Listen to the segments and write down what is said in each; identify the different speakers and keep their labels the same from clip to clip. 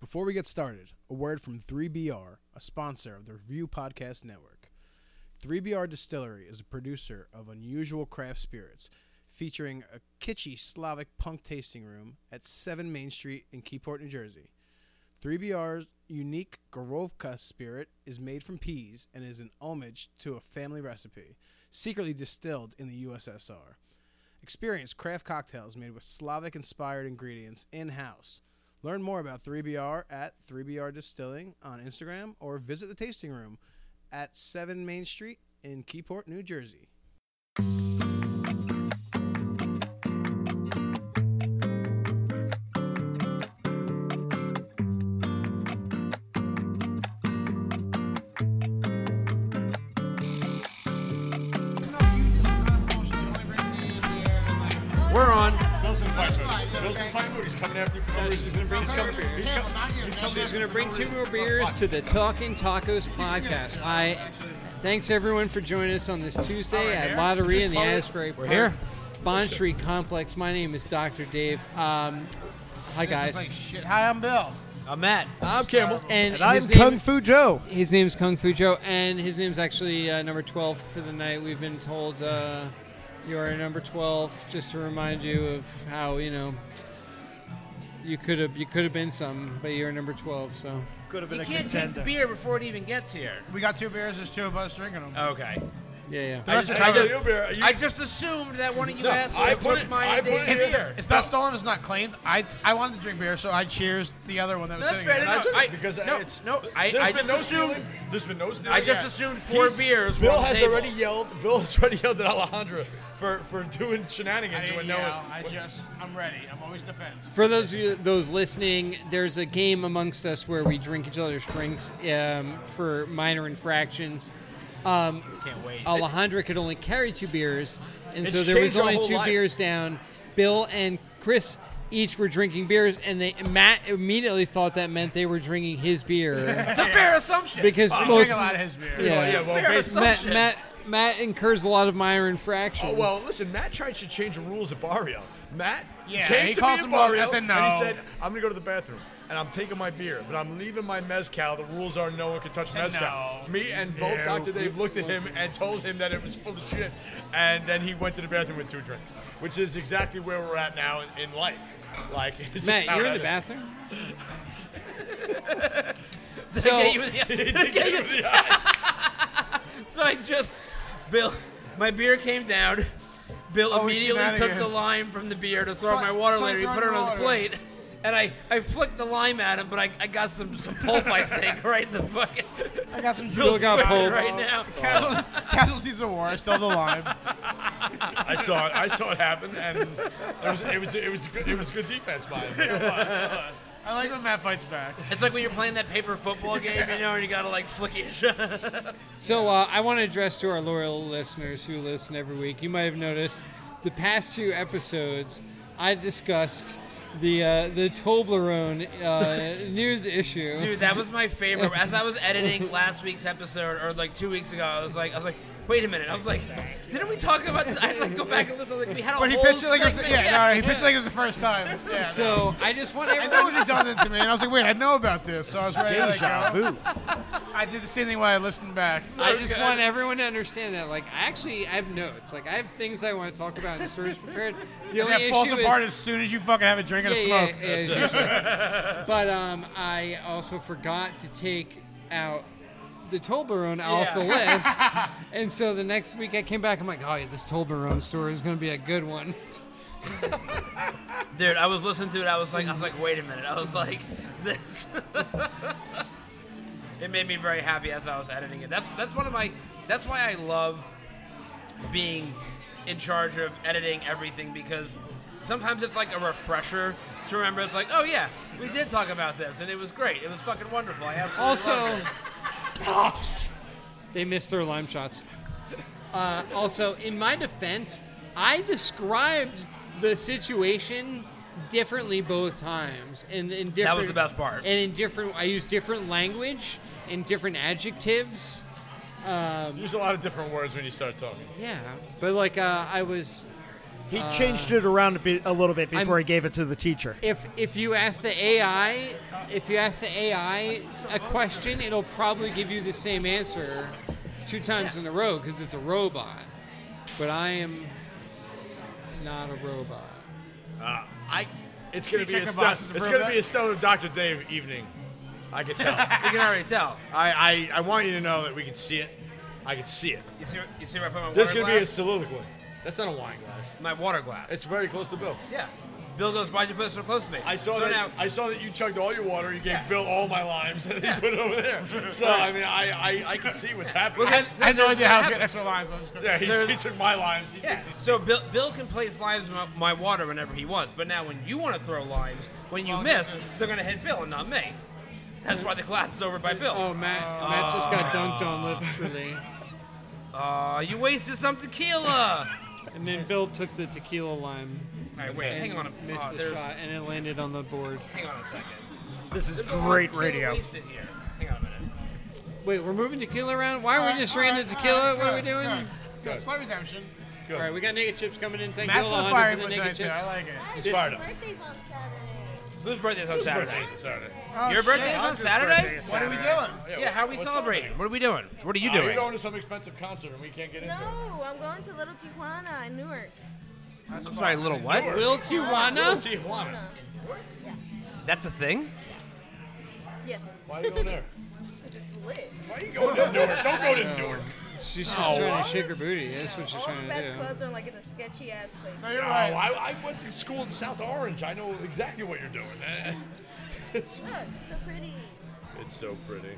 Speaker 1: Before we get started, a word from 3BR, a sponsor of the Review Podcast Network. 3BR Distillery is a producer of unusual craft spirits, featuring a kitschy Slavic punk tasting room at 7 Main Street in Keyport, New Jersey. 3BR's unique Gorovka spirit is made from peas and is an homage to a family recipe, secretly distilled in the USSR. Experience craft cocktails made with Slavic inspired ingredients in house. Learn more about 3BR at 3BR Distilling on Instagram or visit the tasting room at 7 Main Street in Keyport, New Jersey.
Speaker 2: We're on.
Speaker 3: Wilson Feinberg. Wilson Feinberg. He's coming after you for no reason. He's gonna bring he's coming. He's coming. He's coming.
Speaker 2: She's going to bring two more beers to the Talking Tacos podcast. I thanks everyone for joining us on this Tuesday at Lottery in the Asbury Park
Speaker 4: here.
Speaker 2: Bond Street Complex. My name is Dr. Dave. Um, hi guys.
Speaker 1: Shit, hi, I'm Bill.
Speaker 4: I'm Matt.
Speaker 3: I'm Campbell.
Speaker 2: And, his name,
Speaker 4: Fu Joe.
Speaker 2: his name's Kung Fu Joe, and his name's actually uh, number twelve for the night. We've been told uh, you are number twelve, just to remind you of how you know you could have you could have been some, but you're number twelve. So
Speaker 4: Could have
Speaker 5: You can't take the beer before it even gets here.
Speaker 1: We got two beers, there's two of us drinking them.
Speaker 5: Okay.
Speaker 2: yeah, yeah.
Speaker 5: I just,
Speaker 3: Hey,
Speaker 5: I,
Speaker 3: so
Speaker 5: just,
Speaker 3: you bear- you-
Speaker 5: I just assumed that one of you
Speaker 3: No, I
Speaker 5: assholes
Speaker 3: put
Speaker 5: took
Speaker 3: it-
Speaker 5: mine
Speaker 3: I
Speaker 5: and
Speaker 3: put
Speaker 5: didn't
Speaker 3: it
Speaker 1: It's,
Speaker 3: in.
Speaker 5: hear.
Speaker 1: it's not stolen, it's not claimed. I I wanted to drink beer, so I cheers the other one that was
Speaker 5: That's
Speaker 1: sitting there.
Speaker 5: fair enough.
Speaker 3: That's it,
Speaker 5: I-
Speaker 3: because
Speaker 5: no,
Speaker 3: it's
Speaker 5: no, I-
Speaker 3: there's
Speaker 5: I
Speaker 3: been
Speaker 5: just
Speaker 3: no
Speaker 5: assumed-
Speaker 3: stealing. There's been no stealing.
Speaker 5: I just
Speaker 3: yet.
Speaker 5: assumed four
Speaker 3: He's-
Speaker 5: beers were
Speaker 3: Bill
Speaker 5: on the
Speaker 3: has
Speaker 5: table.
Speaker 3: already yelled. Bill has already yelled at Alejandra for for doing shenanigans
Speaker 1: I, didn't
Speaker 3: when no
Speaker 1: yell.
Speaker 3: one.
Speaker 1: I just, I'm ready. I'm always defense.
Speaker 2: For those of you, those listening, there's a game amongst us where we drink each other's drinks um, for minor infractions.
Speaker 5: Can't wait.
Speaker 2: Alejandra could only carry two beers, and so
Speaker 3: It's
Speaker 2: there was
Speaker 3: changed our
Speaker 2: only
Speaker 3: whole
Speaker 2: two
Speaker 3: life.
Speaker 2: beers down. Bill and Chris each were drinking beers, and they Matt immediately thought that meant they were drinking his beer
Speaker 5: It's a fair assumption.
Speaker 2: because
Speaker 1: I
Speaker 2: most
Speaker 1: drink a lot of his beer.
Speaker 2: Yeah.
Speaker 3: Well, yeah, well,
Speaker 5: Fair
Speaker 3: based-
Speaker 5: assumption.
Speaker 2: Matt, Matt Matt incurs a lot of minor infractions.
Speaker 3: Oh, well, listen, Matt tried to change the rules at Barrio. Matt
Speaker 1: Yeah,
Speaker 3: came
Speaker 1: he
Speaker 3: to
Speaker 1: calls
Speaker 3: me at
Speaker 1: him up, I
Speaker 3: Barrio
Speaker 1: said
Speaker 3: and
Speaker 1: no.
Speaker 3: he said, I'm going to go to the bathroom and I'm taking my beer, but I'm leaving my Mezcal. The rules are no one can touch Mezcal.
Speaker 1: no.
Speaker 3: Me and both
Speaker 1: Ew.
Speaker 3: Dr. Dave looked at him and told him that it was full of shit, and then he went to the bathroom with two drinks, which is exactly where we're at now in- in life. Like, it's just
Speaker 2: Matt,
Speaker 3: how
Speaker 2: you're in
Speaker 3: that
Speaker 2: the
Speaker 3: is.
Speaker 2: bathroom.
Speaker 5: Did I
Speaker 2: so-
Speaker 5: get you in the- did I get you- so I just, Bill, my beer came down. Bill
Speaker 1: Oh, it's
Speaker 5: immediately took the
Speaker 1: shenanigans.
Speaker 5: lime from the beer to throw
Speaker 1: Sli-
Speaker 5: my water
Speaker 1: so
Speaker 5: later. He
Speaker 1: throw
Speaker 5: put it
Speaker 1: the
Speaker 5: on his
Speaker 1: water.
Speaker 5: plate, and I, I flicked the lime at him, but I, I got some, some pulp, I think, right in the fucking.
Speaker 1: I got some
Speaker 5: Bill's
Speaker 1: juice.
Speaker 2: got
Speaker 5: sweating
Speaker 2: pulp.
Speaker 5: right now.
Speaker 1: Castle- Casualties of war, still the lime.
Speaker 3: I saw it. I saw it happen, and it was it was it was good, it was good defense by him.
Speaker 1: I like when Matt fights back.
Speaker 5: It's like when you're playing that paper football game, you know, and you gotta like flick it.
Speaker 2: So uh, I want to address to our loyal listeners who listen every week. You might have noticed the past two episodes I discussed the uh, the Toblerone uh, news issue.
Speaker 5: Dude, that was my favorite. As I was editing last week's episode, or like two weeks ago, I was like, I was like, wait a minute. I was like, didn't we talk about? This? I had to, like go back and listen. Like we had a
Speaker 1: But he
Speaker 5: whole
Speaker 1: pitched it like it was,
Speaker 5: segment.
Speaker 1: yeah, no, no, he pitched it like it was the first time. Yeah, no.
Speaker 2: So I just want
Speaker 1: I know it
Speaker 2: everyone.
Speaker 1: was redundant to me, and I was like, wait, I know about this, so I was ready to like, go. I did the same thing while I listened back.
Speaker 2: I just want everyone to understand that, like, I actually I have notes. Like, I have things I want to talk about and stories prepared. The
Speaker 1: And
Speaker 2: only
Speaker 1: that falls
Speaker 2: issue
Speaker 1: apart
Speaker 2: is,
Speaker 1: as soon as you fucking have a drink and a
Speaker 2: yeah,
Speaker 1: smoke.
Speaker 2: yeah, yeah, usually. But um, I also forgot to take out the Tolbarone off the list, and so the next week I came back. I'm like, oh yeah, this Tolbarone story is gonna be a good one.
Speaker 5: Dude, I was listening to it. I was like, I was like, wait a minute. I was like, this. it made me very happy as I was editing it. That's that's one of my. That's why I love being in charge of editing everything because sometimes it's like a refresher to remember. It's like, oh yeah, we did talk about this, and it was great. It was fucking wonderful. I absolutely loved
Speaker 2: Also,
Speaker 5: it.
Speaker 2: they missed their lime shots. Uh, also, in my defense, I described the situation differently both times, and in different.
Speaker 5: the best part.
Speaker 2: And in different, I used different language and different adjectives.
Speaker 3: Use a lot of different words when you start talking.
Speaker 2: Yeah, but like uh, I was,
Speaker 6: He changed it around a, bit, a little bit before he gave it to the teacher.
Speaker 2: If if you ask the AI, if you ask the AI a question, it'll probably give you the same answer two times in a row because it's a robot. But I am not a robot.
Speaker 3: I. It's gonna
Speaker 7: You
Speaker 3: be
Speaker 7: check
Speaker 3: a
Speaker 7: the
Speaker 3: stellar.
Speaker 7: boxes to
Speaker 3: It's
Speaker 7: prove
Speaker 3: gonna
Speaker 7: that?
Speaker 3: be a stellar Dr. Dave evening. I can tell. I,
Speaker 5: You can already tell.
Speaker 3: I I want you to know that we can see it. I can see it.
Speaker 5: You see, you see where I put my
Speaker 3: This is
Speaker 5: water
Speaker 3: gonna be a
Speaker 5: glass?
Speaker 3: soliloquy. That's not a wine glass.
Speaker 5: my water glass.
Speaker 3: It's very close to Bill.
Speaker 5: yeah. Bill goes, why'd you put it so close to me?
Speaker 3: I saw
Speaker 5: so
Speaker 3: that.
Speaker 5: now.
Speaker 3: I saw that you chugged all your water. You gave
Speaker 5: Yeah.
Speaker 3: Bill all my limes, and he put it over there. So I mean, I I, I can see what's happening.
Speaker 5: Well, that's-
Speaker 7: I had no
Speaker 5: that's
Speaker 7: idea how I was
Speaker 5: what
Speaker 7: getting extra lines. I was just
Speaker 3: yeah, he,
Speaker 5: so-
Speaker 3: he took my limes. He
Speaker 5: Yeah.
Speaker 3: thinks he's
Speaker 5: So Bill, Bill can place limes in my, my water whenever he wants, but now when you want to throw limes, when you miss, they're gonna hit Bill and not me. That's why the glass is over by Bill.
Speaker 2: Oh, Matt, Matt just got dunked on
Speaker 7: Oh.
Speaker 2: literally,
Speaker 5: Aw, Uh, you wasted some tequila.
Speaker 2: and then Bill took the tequila lime.
Speaker 5: All right, wait,
Speaker 2: and
Speaker 5: hang on a
Speaker 2: missed
Speaker 7: Oh,
Speaker 5: aw,
Speaker 2: the
Speaker 5: there's-
Speaker 2: shot, and it landed on the board.
Speaker 5: Hang on a second.
Speaker 6: This is
Speaker 5: There's a lot of
Speaker 6: great
Speaker 5: tequila
Speaker 6: radio.
Speaker 5: Wasted here. Hang on a minute.
Speaker 2: Wait, we're moving tequila around. Why are
Speaker 7: All
Speaker 2: we
Speaker 7: right,
Speaker 2: just
Speaker 7: all
Speaker 2: ran
Speaker 7: right,
Speaker 2: the
Speaker 7: all
Speaker 2: tequila?
Speaker 7: right,
Speaker 2: what are we
Speaker 7: good,
Speaker 2: doing?
Speaker 7: Good, good. Slight redemption.
Speaker 2: All right, we got naked chips coming in. Thank
Speaker 7: That's
Speaker 2: you, Alejandro,
Speaker 7: some fire
Speaker 2: for the
Speaker 7: puts
Speaker 2: naked
Speaker 7: right there.
Speaker 2: chips.
Speaker 7: I like it.
Speaker 3: He's fired up.
Speaker 8: birthday's on Saturday.
Speaker 5: Whose birthday's on Saturday?
Speaker 3: birthday's on Saturday.
Speaker 7: Oh,
Speaker 5: Your
Speaker 7: shit.
Speaker 5: birthday's on
Speaker 7: Hunter's
Speaker 5: Saturday?
Speaker 7: birthday is What are we doing?
Speaker 5: Yeah, how are we
Speaker 3: what's
Speaker 5: celebrating?
Speaker 3: happening?
Speaker 5: What are we doing? What are you
Speaker 3: Are we
Speaker 5: doing?
Speaker 3: going to some expensive concert and we can't get into it?
Speaker 8: No, I'm going to Little Tijuana in Newark.
Speaker 5: I'm sorry, little what?
Speaker 2: Will
Speaker 3: Little
Speaker 2: Tijuana?
Speaker 3: Tijuana.
Speaker 5: That's a thing?
Speaker 8: Yes,
Speaker 3: Why are you going there?
Speaker 8: because it's lit.
Speaker 3: Why are you going to Newark? Don't go to Newark.
Speaker 2: She's just
Speaker 3: Oh,
Speaker 2: trying
Speaker 8: all
Speaker 2: to shake
Speaker 8: the-
Speaker 2: her booty. That's what she's
Speaker 8: All the
Speaker 2: trying
Speaker 8: best
Speaker 2: to
Speaker 8: clubs are like in a sketchy ass
Speaker 7: No,
Speaker 8: place.
Speaker 7: you're
Speaker 3: No,
Speaker 6: Oh,
Speaker 7: right.
Speaker 3: Oh, I, I went to school in South Orange. I know exactly what you're doing. It's,
Speaker 8: Look, it's so pretty.
Speaker 3: it's so pretty.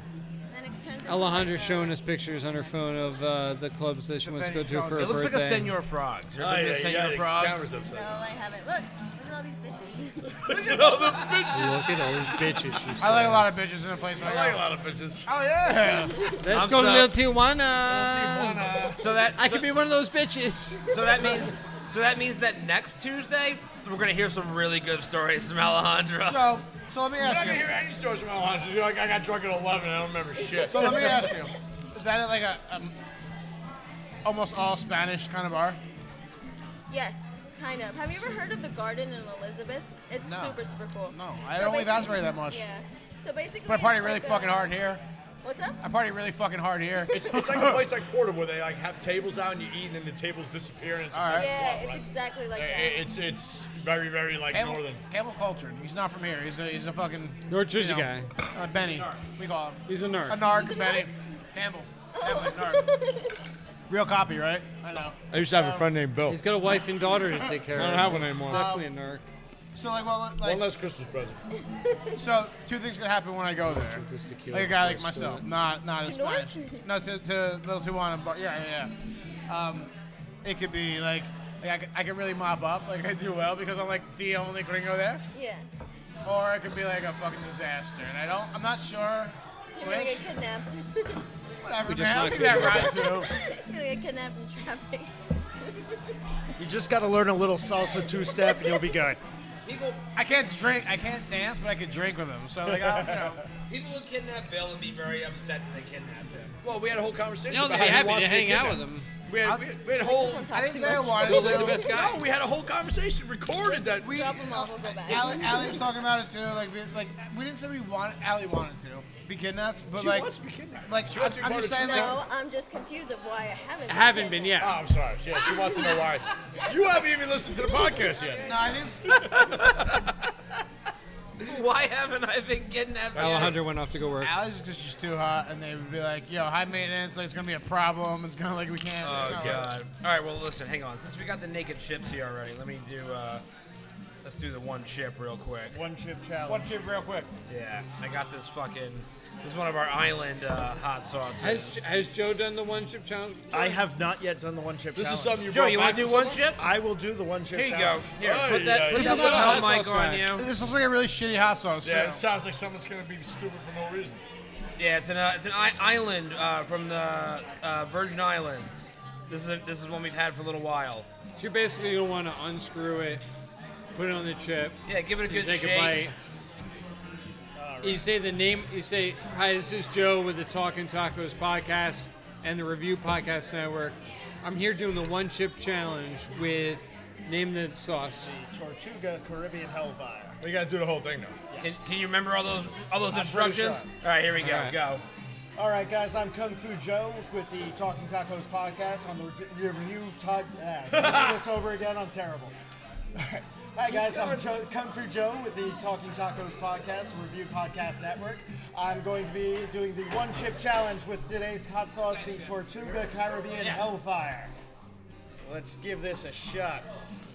Speaker 8: And it turns
Speaker 2: do.
Speaker 8: into
Speaker 2: Alejandra's
Speaker 8: like a-
Speaker 2: showing us pictures on her phone of uh, the clubs that she wants to go to for her
Speaker 5: It looks like a
Speaker 2: birthday.
Speaker 5: Senor Frogs.
Speaker 3: Oh,
Speaker 5: You ever been to Senor Frogs?
Speaker 8: No, I haven't. Look, look at all these bitches.
Speaker 2: Look at all these bitches. She's
Speaker 7: I like a lot of bitches in a place
Speaker 3: I
Speaker 7: like
Speaker 3: like a
Speaker 7: that.
Speaker 3: lot of bitches.
Speaker 7: Oh yeah.
Speaker 2: Let's
Speaker 5: I'm
Speaker 2: go to
Speaker 5: so-
Speaker 2: Little Tijuana.
Speaker 5: So that
Speaker 2: I
Speaker 5: so,
Speaker 2: could be one of those bitches.
Speaker 5: so that means so that means that next Tuesday we're gonna hear some really good stories from Alejandra.
Speaker 7: So, so let me
Speaker 3: I'm not
Speaker 7: ask
Speaker 3: gonna
Speaker 7: you.
Speaker 3: hear any stories from Alejandro. She's like, I got drunk at 11. I don't remember shit.
Speaker 7: So let me ask you. Is that like a, um almost all Spanish kind of bar?
Speaker 8: yes, kind of. Have you ever heard of the Garden in Elizabeth? It's
Speaker 7: No.
Speaker 8: super, super cool.
Speaker 7: No, I don't leave
Speaker 8: basically-
Speaker 7: Asbury that much.
Speaker 8: Yeah. So basically,
Speaker 7: But I party
Speaker 8: it's
Speaker 7: really
Speaker 8: like a-
Speaker 7: fucking hard here.
Speaker 8: What's up?
Speaker 7: I party really fucking hard here.
Speaker 3: It's, it's like a place like Porter where they like have tables out and you eat and then the tables disappear and it's
Speaker 7: All right.
Speaker 8: Yeah, it's
Speaker 3: right.
Speaker 8: exactly like
Speaker 3: I-
Speaker 8: that.
Speaker 3: I- It's it's very very like
Speaker 7: Campbell,
Speaker 3: northern.
Speaker 7: Campbell's cultured. He's not from here. He's a he's a fucking
Speaker 2: North
Speaker 7: you
Speaker 2: Jersey
Speaker 7: know,
Speaker 2: guy.
Speaker 7: Uh, Benny, we call him.
Speaker 2: He's a
Speaker 7: A
Speaker 2: nerd.
Speaker 7: nard
Speaker 8: He's a
Speaker 7: Benny.
Speaker 8: nerd?
Speaker 7: Campbell. Campbell a nard. Real copy, right? I know.
Speaker 3: I used to have a friend named Bill.
Speaker 2: He's got a wife and daughter to take care of.
Speaker 3: I don't have one anymore.
Speaker 2: Definitely a narc.
Speaker 7: So like, well,
Speaker 3: One
Speaker 7: like,
Speaker 3: less Christmas present.
Speaker 7: so two things can happen when I go there.
Speaker 2: Just tequila
Speaker 7: Like a guy like
Speaker 2: first,
Speaker 7: myself, not not in
Speaker 8: To Newark?
Speaker 7: Spanish. No, to, to little Tijuana bar. Yeah, yeah, yeah. Um, it could be like, like I, could, I could really mop up, like I do well because I'm like the only gringo there.
Speaker 8: Yeah.
Speaker 7: Or it could be like a fucking disaster, and I don't. I'm not sure.
Speaker 8: You're gonna
Speaker 7: Which,
Speaker 8: get kidnapped.
Speaker 7: whatever,
Speaker 2: just
Speaker 7: man. I'll
Speaker 2: knocked
Speaker 7: take that
Speaker 2: it
Speaker 7: ride too.
Speaker 8: You're gonna get kidnapped in traffic.
Speaker 6: You just got to learn a little salsa two step and you'll be good.
Speaker 5: People
Speaker 7: I can't drink. I can't dance, but I could drink with him. So like, I'll, you know.
Speaker 5: people would kidnap Bill and be very upset that they kidnapped him.
Speaker 3: Well, we had a whole conversation.
Speaker 2: No, they'd
Speaker 3: about
Speaker 2: be
Speaker 3: how he
Speaker 2: happy
Speaker 3: wants
Speaker 2: to
Speaker 3: to get
Speaker 2: hang out with
Speaker 3: kidnapped.
Speaker 2: him.
Speaker 3: We had, we had, we had a whole.
Speaker 8: Someone
Speaker 7: I
Speaker 8: talks
Speaker 7: didn't
Speaker 8: too
Speaker 7: say I
Speaker 8: much.
Speaker 7: wanted
Speaker 2: Well, they're the
Speaker 7: to.
Speaker 2: best guy.
Speaker 3: No, we had a whole conversation recorded that.
Speaker 7: We,
Speaker 8: Drop him off, we'll go back.
Speaker 7: Allie, Allie was talking about it too. Like, we, like we didn't say we want. Allie wanted to be kidnapped, but
Speaker 3: She
Speaker 7: like,
Speaker 3: wants to be kidnapped.
Speaker 7: like,
Speaker 3: She wants to be
Speaker 7: I'm
Speaker 3: part
Speaker 7: just
Speaker 3: of
Speaker 7: saying,
Speaker 3: True
Speaker 7: like-
Speaker 8: No, I'm just confused of why I haven't.
Speaker 2: Haven't been yet.
Speaker 3: Oh, I'm sorry. Yeah, she wants to know why. You haven't even listened to the podcast yet.
Speaker 7: no, I think. it's-
Speaker 5: Why haven't I been kidnapped? yet?
Speaker 2: Alejandro went off to go work.
Speaker 7: Allie's because she's too hot, and they would be like, "Yo, high maintenance. Like, it's gonna be a problem. It's gonna like we can't." it's
Speaker 5: Oh
Speaker 7: not like-
Speaker 5: god. All right, well listen, hang on. Since we got the naked chips here already, let me do uh let's do the one chip real quick.
Speaker 7: One chip challenge. One chip real quick.
Speaker 5: Yeah. I got this fucking this is one of our island uh, hot sauces.
Speaker 2: Has, has Joe done the one chip challenge?
Speaker 6: I have not yet done the one chip
Speaker 3: This is
Speaker 6: challenge.
Speaker 3: something you
Speaker 5: Joe,
Speaker 3: brought
Speaker 5: you
Speaker 3: back
Speaker 5: want to do
Speaker 3: from
Speaker 5: one
Speaker 3: somewhere?
Speaker 5: chip?
Speaker 6: I will do the one chip
Speaker 5: Here you go.
Speaker 6: challenge.
Speaker 5: Here,
Speaker 3: Oh,
Speaker 5: put
Speaker 3: yeah,
Speaker 5: that, put
Speaker 7: yeah.
Speaker 5: that little
Speaker 2: Hot
Speaker 5: mic
Speaker 2: sauce
Speaker 5: on
Speaker 2: guy.
Speaker 5: you.
Speaker 7: This looks like a really shitty hot sauce.
Speaker 3: Yeah,
Speaker 7: too.
Speaker 3: it sounds like someone's gonna be stupid for no reason.
Speaker 5: Yeah, it's an uh, it's an I- island uh, from the uh, Virgin Islands. This is a, this is one we've had for a little while.
Speaker 2: So you're basically going to want to unscrew it, put it on the chip,
Speaker 5: Yeah, give it a
Speaker 2: you
Speaker 5: good
Speaker 2: take a
Speaker 5: shake.
Speaker 2: bite. You say the name, you say, Hi, this is Joe with the Talking Tacos podcast and the Review Podcast Network. I'm here doing the One Chip Challenge with Name the sauce.
Speaker 7: The Tortuga Caribbean Hellfire.
Speaker 3: We gotta do the whole thing now.
Speaker 5: Can, can you remember all those all those
Speaker 7: I'm pretty sure.
Speaker 5: instructions? All right, here we go.
Speaker 2: All right.
Speaker 5: Go.
Speaker 7: All right, guys, I'm Kung Fu Joe with the Talking Tacos podcast on the re- review. Todd, ah, do this over again. I'm terrible. All right. Hi guys, I'm Joe, Kung Fu Joe with the Talking Tacos podcast, Review Podcast Network. I'm going to be doing the one chip challenge with today's hot sauce, the Tortuga Caribbean Hellfire. So let's give this a shot.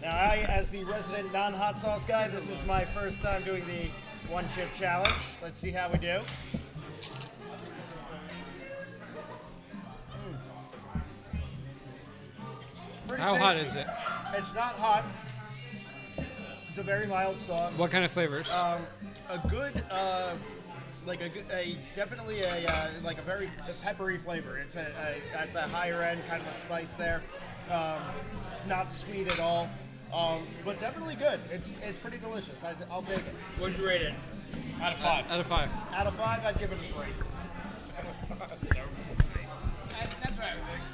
Speaker 7: Now, I, as the resident non-hot sauce guy, this is my first time doing the one chip challenge. Let's see how we do. Hmm. Pretty
Speaker 2: How hot
Speaker 7: tasty.
Speaker 2: is it?
Speaker 7: It's not hot. It's a very mild sauce.
Speaker 2: What kind of flavors?
Speaker 9: Uh,
Speaker 7: A good, uh, like a, good- a definitely a uh, like a very peppery flavor. It's a, a, at the higher end, kind of a spice there. Um, not sweet at all, um, but definitely good. It's it's pretty delicious. I, I'll take it.
Speaker 5: What'd you rate it?
Speaker 3: Out of five.
Speaker 2: Out of five.
Speaker 7: Out of five, I'd give it a three.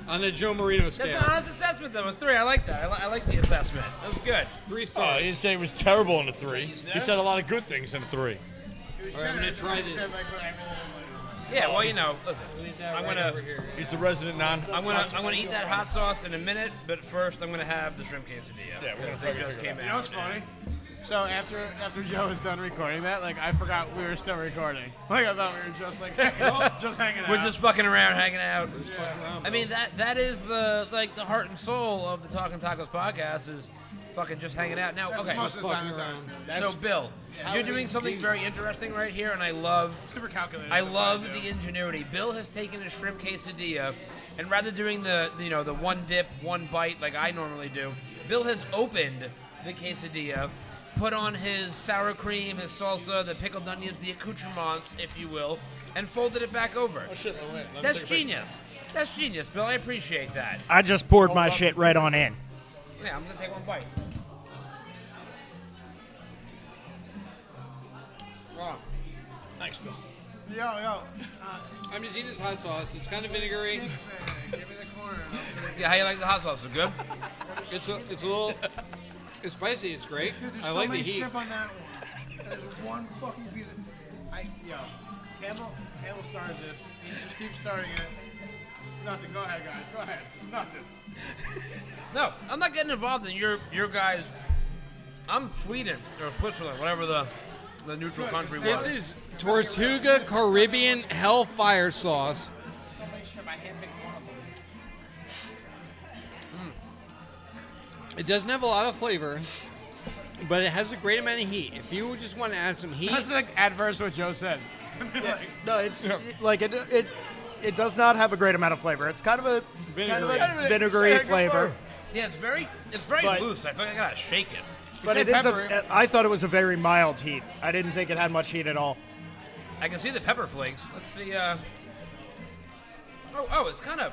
Speaker 2: On the Joe Marino
Speaker 5: That's
Speaker 2: scale.
Speaker 5: an honest assessment, though. A three. I like that. I, li- I like the assessment. That was good.
Speaker 2: Three stars.
Speaker 3: Oh, he didn't say it was terrible on a three. He
Speaker 5: Yeah.
Speaker 3: said a lot of good things on a three.
Speaker 2: All right, I'm gonna try this.
Speaker 5: Yeah. Well, you know, listen.
Speaker 2: that
Speaker 5: I'm
Speaker 2: right
Speaker 5: gonna
Speaker 2: over here.
Speaker 3: He's the resident non.
Speaker 5: I'm gonna I'm gonna eat that hot sauce in a minute, but first I'm gonna have the shrimp quesadilla.
Speaker 3: Yeah, we're gonna
Speaker 5: because they
Speaker 3: fucking
Speaker 5: just
Speaker 3: figure it
Speaker 5: came
Speaker 3: out.
Speaker 5: out.
Speaker 9: You know what's funny? So after after Joe was done recording that, like I forgot we were still recording. Like I thought we were just like just hanging out.
Speaker 5: We're just fucking around, hanging out.
Speaker 9: Yeah.
Speaker 5: I mean that that is the like the heart and soul of the Talking Tacos podcast is fucking just hanging out. Now,
Speaker 9: That's
Speaker 5: okay,
Speaker 9: most of the time.
Speaker 2: fucking
Speaker 9: it's not.
Speaker 2: around.
Speaker 5: so Bill, you're doing something very interesting right here, and I love
Speaker 9: Super calculated.
Speaker 5: I
Speaker 9: is what
Speaker 5: love
Speaker 9: do.
Speaker 5: the ingenuity. Bill has taken a shrimp quesadilla, and rather doing the you know the one dip, one bite like I normally do, Bill has opened the quesadilla, put on his sour cream, his salsa, the pickled onions, the accoutrements, if you will, and folded it back over. That's genius. That's genius, Bill. I appreciate that.
Speaker 7: I just poured my shit right on in.
Speaker 5: Yeah, I'm gonna take one bite.
Speaker 2: Wow.
Speaker 9: Yo yo.
Speaker 2: I'm just eating this hot sauce. It's kind of vinegary.
Speaker 9: Dick man, give me the corner.
Speaker 5: Yeah, how you like the hot sauce? Is it good?
Speaker 2: It's a, it's a little. It's spicy. It's great.
Speaker 9: Dude, there's
Speaker 2: I
Speaker 9: so
Speaker 2: like the
Speaker 9: many
Speaker 2: heat.
Speaker 9: shrimp on that one. There's one fucking piece of. I, yo, Campbell, Campbell stars this. He just keeps starting it. Nothing. Go ahead, guys. Go ahead. Nothing.
Speaker 5: No, I'm not getting involved in your your guys. I'm Sweden or Switzerland, whatever the the neutral
Speaker 9: Good,
Speaker 5: country
Speaker 9: just
Speaker 5: was.
Speaker 2: This is Tortuga Caribbean Hellfire sauce.
Speaker 9: So many shrimp. I can't pick one of them.
Speaker 2: Mm. It doesn't have a lot of flavor, but it has a great amount of heat. If you just want to add some heat,
Speaker 9: That's like adverse what Joe said.
Speaker 7: No, it's it- like it, it it does not have a great amount of flavor. It's kind of a kind of
Speaker 2: Vinegary.
Speaker 7: a vinegary flavor,
Speaker 5: yeah, it's very it's very
Speaker 7: But-
Speaker 5: loose. I feel like I gotta shake it.
Speaker 7: but
Speaker 9: said
Speaker 7: it is
Speaker 9: peppery.
Speaker 7: a. I thought it was a very mild heat. I didn't think it had much heat at all.
Speaker 5: I can see the pepper flakes. Let's see. Uh, oh, oh, it's kind of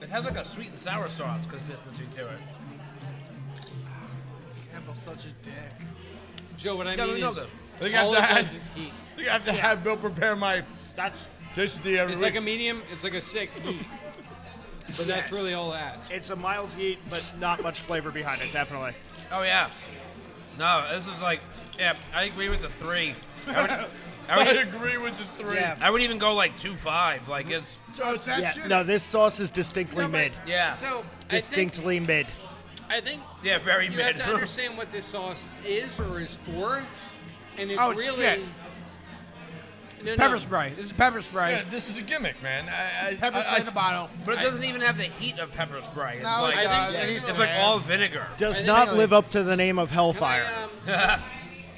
Speaker 5: it has like a sweet and sour sauce consistency to it.
Speaker 9: Campbell's such a dick.
Speaker 2: Joe, what I
Speaker 5: Yeah, we
Speaker 2: mean
Speaker 5: know
Speaker 2: is,
Speaker 5: this.
Speaker 3: They got
Speaker 2: all it
Speaker 3: that.
Speaker 2: does is heat.
Speaker 3: You have to have Bill prepare my
Speaker 7: That's
Speaker 3: quesadilla every
Speaker 2: It's
Speaker 3: week.
Speaker 2: like a medium. It's like a six heat, but that's really all it adds.
Speaker 7: it's a mild heat, but not much flavor behind it. Definitely.
Speaker 5: Oh yeah. No, this is like yeah. I agree with the three. I would, I
Speaker 3: I
Speaker 5: would,
Speaker 3: agree with the three.
Speaker 7: Yeah.
Speaker 5: I would even go like two five. Like it's
Speaker 9: So it's that
Speaker 7: Yeah.
Speaker 9: shit.
Speaker 7: No, this sauce is distinctly mid.
Speaker 5: yeah.
Speaker 2: So I think,
Speaker 7: Distinctly mid.
Speaker 2: I think
Speaker 5: Yeah, very
Speaker 2: you
Speaker 5: mid.
Speaker 2: have to understand what this sauce is or is for, and it's
Speaker 9: Oh,
Speaker 2: really.
Speaker 9: shit.
Speaker 2: No, no.
Speaker 9: Pepper spray. This is pepper spray.
Speaker 3: Yeah, this is a gimmick, man. I, I,
Speaker 9: Pepper
Speaker 3: I-
Speaker 9: spray
Speaker 3: I-
Speaker 9: in the bottle.
Speaker 5: But it doesn't even have the heat of pepper spray. It's
Speaker 9: No, it
Speaker 5: like uh,
Speaker 9: does.
Speaker 2: I think-
Speaker 9: He's
Speaker 5: it's
Speaker 9: a
Speaker 5: like
Speaker 9: man.
Speaker 5: all vinegar.
Speaker 7: Does
Speaker 2: think
Speaker 7: not
Speaker 9: really-
Speaker 7: live up to the name of
Speaker 2: Can I,
Speaker 7: Hellfire.
Speaker 2: um, can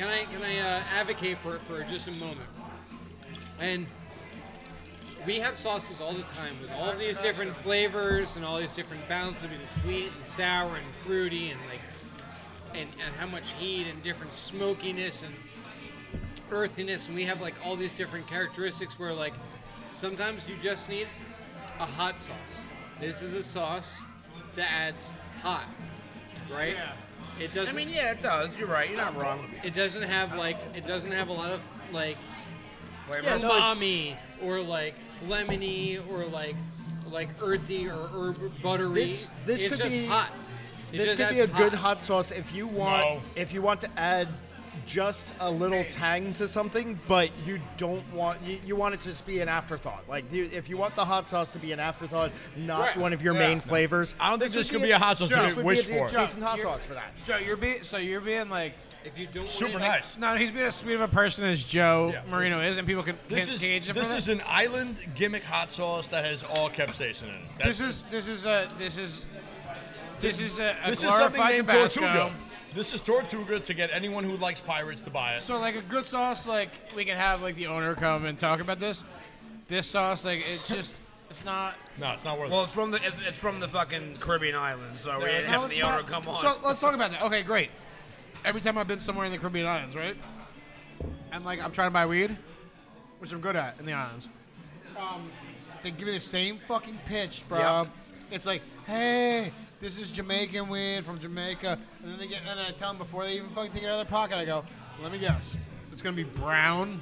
Speaker 2: I can I uh, advocate for it for just a moment? And we have sauces all the time with all these different flavors and all these different balances between sweet and sour and fruity and like and, and how much heat and different smokiness and earthiness and we have like all these different characteristics where like sometimes you just need a hot sauce. This is a sauce that adds hot, right? It
Speaker 5: I
Speaker 2: doesn't
Speaker 5: mean, yeah, it does. You're right. You're not wrong.
Speaker 2: it doesn't have like it doesn't have a lot of like
Speaker 5: Wait,
Speaker 7: Yeah, no, it's-
Speaker 2: umami or like lemony or like like earthy or herb buttery.
Speaker 7: This- this
Speaker 2: it's
Speaker 7: could
Speaker 2: just
Speaker 7: be-
Speaker 2: hot. He just
Speaker 7: this could be a
Speaker 2: adds
Speaker 7: good hot sauce if you want.
Speaker 3: No.
Speaker 7: If you want to add just a little tang to something, but you don't want you, you want it to just be an afterthought. Like you, if you want the hot sauce to be an afterthought, not
Speaker 5: Right.
Speaker 7: one of your
Speaker 3: Yeah.
Speaker 7: main flavors.
Speaker 3: I don't think this
Speaker 7: would
Speaker 3: could be a hot sauce that
Speaker 7: this
Speaker 3: I
Speaker 7: would
Speaker 3: wish
Speaker 7: be a
Speaker 3: for.
Speaker 7: decent hot
Speaker 6: You're-
Speaker 7: sauce for that.
Speaker 6: Joe, you're being so you're being like
Speaker 5: If you don't want
Speaker 3: Super
Speaker 5: it,
Speaker 3: nice.
Speaker 6: no, he's being as sweet of a person as Joe
Speaker 3: Yeah.
Speaker 6: Marino is, and people can
Speaker 3: This
Speaker 6: can
Speaker 3: is
Speaker 6: gauge it
Speaker 3: this
Speaker 6: from
Speaker 3: is
Speaker 6: that.
Speaker 3: an island gimmick hot sauce that has all capsaicin in it. That's,
Speaker 6: this is this is a this is this is a, a
Speaker 3: this is something
Speaker 6: glorified
Speaker 3: named
Speaker 6: Tabasco.
Speaker 3: Tortuga. This is Tortuga to get anyone who likes pirates to buy it.
Speaker 6: So like a good sauce, like we can have like the owner come and talk about this. This sauce, like it's just it's not.
Speaker 3: no, it's not worth
Speaker 5: Well,
Speaker 3: it.
Speaker 5: it's from the it's, it's from the fucking Caribbean islands, so we ain't
Speaker 6: No,
Speaker 5: having
Speaker 6: it's
Speaker 5: the owner
Speaker 6: not.
Speaker 5: come on.
Speaker 6: So let's talk about that. Okay, great. Every time I've been somewhere in the Caribbean islands, right? And like I'm trying to buy weed, which I'm good at in the islands. Um, they give me the same fucking pitch, bro.
Speaker 5: Yep.
Speaker 6: It's like, hey, this is Jamaican weed from Jamaica, and then they get and I tell them before they even fucking take it out of their pocket, I go, let me guess, it's gonna be brown.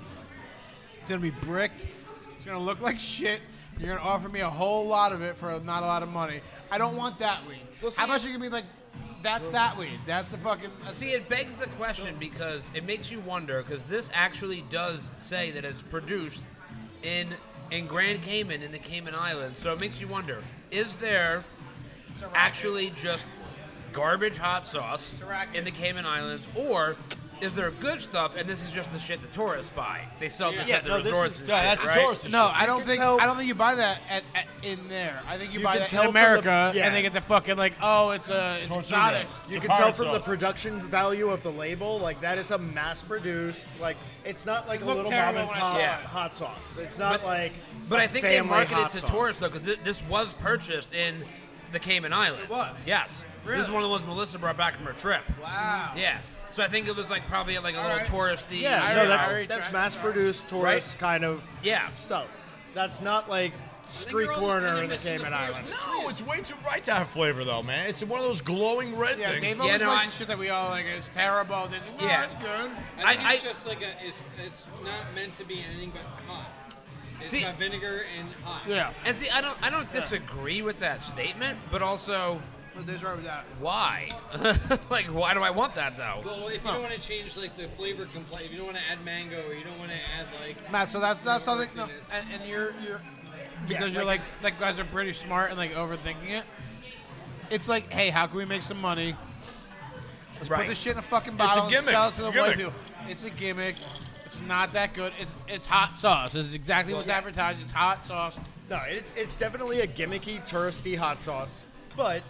Speaker 6: It's gonna be bricked. It's gonna look like shit. You're gonna offer me a whole lot of it for not a lot of money. I don't want that weed. How about you give me like, that's that weed. That's the fucking. That's
Speaker 5: See, it begs the question because it makes you wonder because this actually does say that it's produced in in Grand Cayman in the Cayman Islands. So it makes you wonder: is there actually just garbage hot sauce in the Cayman Islands, or is there good stuff and this is just the shit the tourists buy? They sell this at the resorts. and
Speaker 3: yeah,
Speaker 5: shit,
Speaker 3: that's
Speaker 5: right?
Speaker 3: a tourist. issue.
Speaker 6: no, I don't think
Speaker 7: tell-
Speaker 6: I don't think you buy that at, at, in there. I think you, buy
Speaker 7: can
Speaker 6: that
Speaker 7: tell
Speaker 6: in
Speaker 7: from the-
Speaker 6: America,
Speaker 7: yeah.
Speaker 6: and they get the fucking like, oh, it's a it's
Speaker 3: Tortuga.
Speaker 6: exotic.
Speaker 3: It's
Speaker 7: You
Speaker 3: a
Speaker 7: can
Speaker 3: pirate
Speaker 7: tell from the
Speaker 3: sauce.
Speaker 7: production value of the label, like that is a mass-produced. Like it's not like
Speaker 6: It
Speaker 7: a
Speaker 6: looked
Speaker 7: little mom
Speaker 6: terrible
Speaker 7: and
Speaker 6: when I
Speaker 7: pop
Speaker 5: saw it.
Speaker 7: hot sauce. It's not
Speaker 5: But-
Speaker 7: like.
Speaker 5: But I
Speaker 7: a
Speaker 5: think they
Speaker 7: family
Speaker 5: marketed
Speaker 7: hot
Speaker 5: it to
Speaker 7: sauce.
Speaker 5: tourists though, because this was purchased in the Cayman Islands. It
Speaker 6: was?
Speaker 5: Yes. This
Speaker 6: Really?
Speaker 5: is one of the ones Melissa brought back from her trip.
Speaker 6: Wow.
Speaker 5: Yeah. So I think it was like probably like a little
Speaker 6: right.
Speaker 5: touristy.
Speaker 7: Yeah,
Speaker 5: you
Speaker 7: no,
Speaker 5: know,
Speaker 7: that's
Speaker 6: already
Speaker 7: that's
Speaker 6: tried-
Speaker 7: mass-produced tourist
Speaker 5: Right?
Speaker 7: kind of
Speaker 5: yeah.
Speaker 7: stuff. That's not like street
Speaker 5: you're all just
Speaker 7: corner
Speaker 5: kinda
Speaker 7: in the
Speaker 5: missing the
Speaker 7: Cayman
Speaker 5: first-
Speaker 7: Islands.
Speaker 3: no, it's way too bright to have flavor though, man. It's one of those glowing red
Speaker 6: Yeah,
Speaker 3: things.
Speaker 6: they've always
Speaker 5: no,
Speaker 6: liked
Speaker 5: I-
Speaker 6: the shit that we all like. It's terrible. This, no,
Speaker 5: Yeah.
Speaker 6: it's good.
Speaker 2: I think
Speaker 5: I-
Speaker 2: it's
Speaker 5: I-
Speaker 2: just like a, it's, it's not meant to be anything but hot. It's
Speaker 5: See-
Speaker 2: got vinegar and hot.
Speaker 6: Yeah.
Speaker 5: And see, I don't I don't disagree with that statement, but also
Speaker 6: But there's right with that.
Speaker 5: why? like why do I want that though?
Speaker 2: Well, if you don't want to change like the flavor complaint, if you don't want to add mango, or you don't want to add like
Speaker 6: Matt, so that's that's
Speaker 2: More
Speaker 6: something. No,
Speaker 2: earthiness.
Speaker 6: and, and you're you're because
Speaker 7: Yeah,
Speaker 6: you're like like guys are pretty smart and like overthinking it. It's like, hey, how can we make some money? Let's put
Speaker 5: Right.
Speaker 6: this shit in a fucking bottle and
Speaker 3: gimmick.
Speaker 6: sell it to the white
Speaker 3: Gimmick.
Speaker 6: people. It's a gimmick. It's not that good. It's it's hot sauce. It's exactly what's advertised. It's hot sauce.
Speaker 7: No, it's, it's definitely a gimmicky, touristy hot sauce. But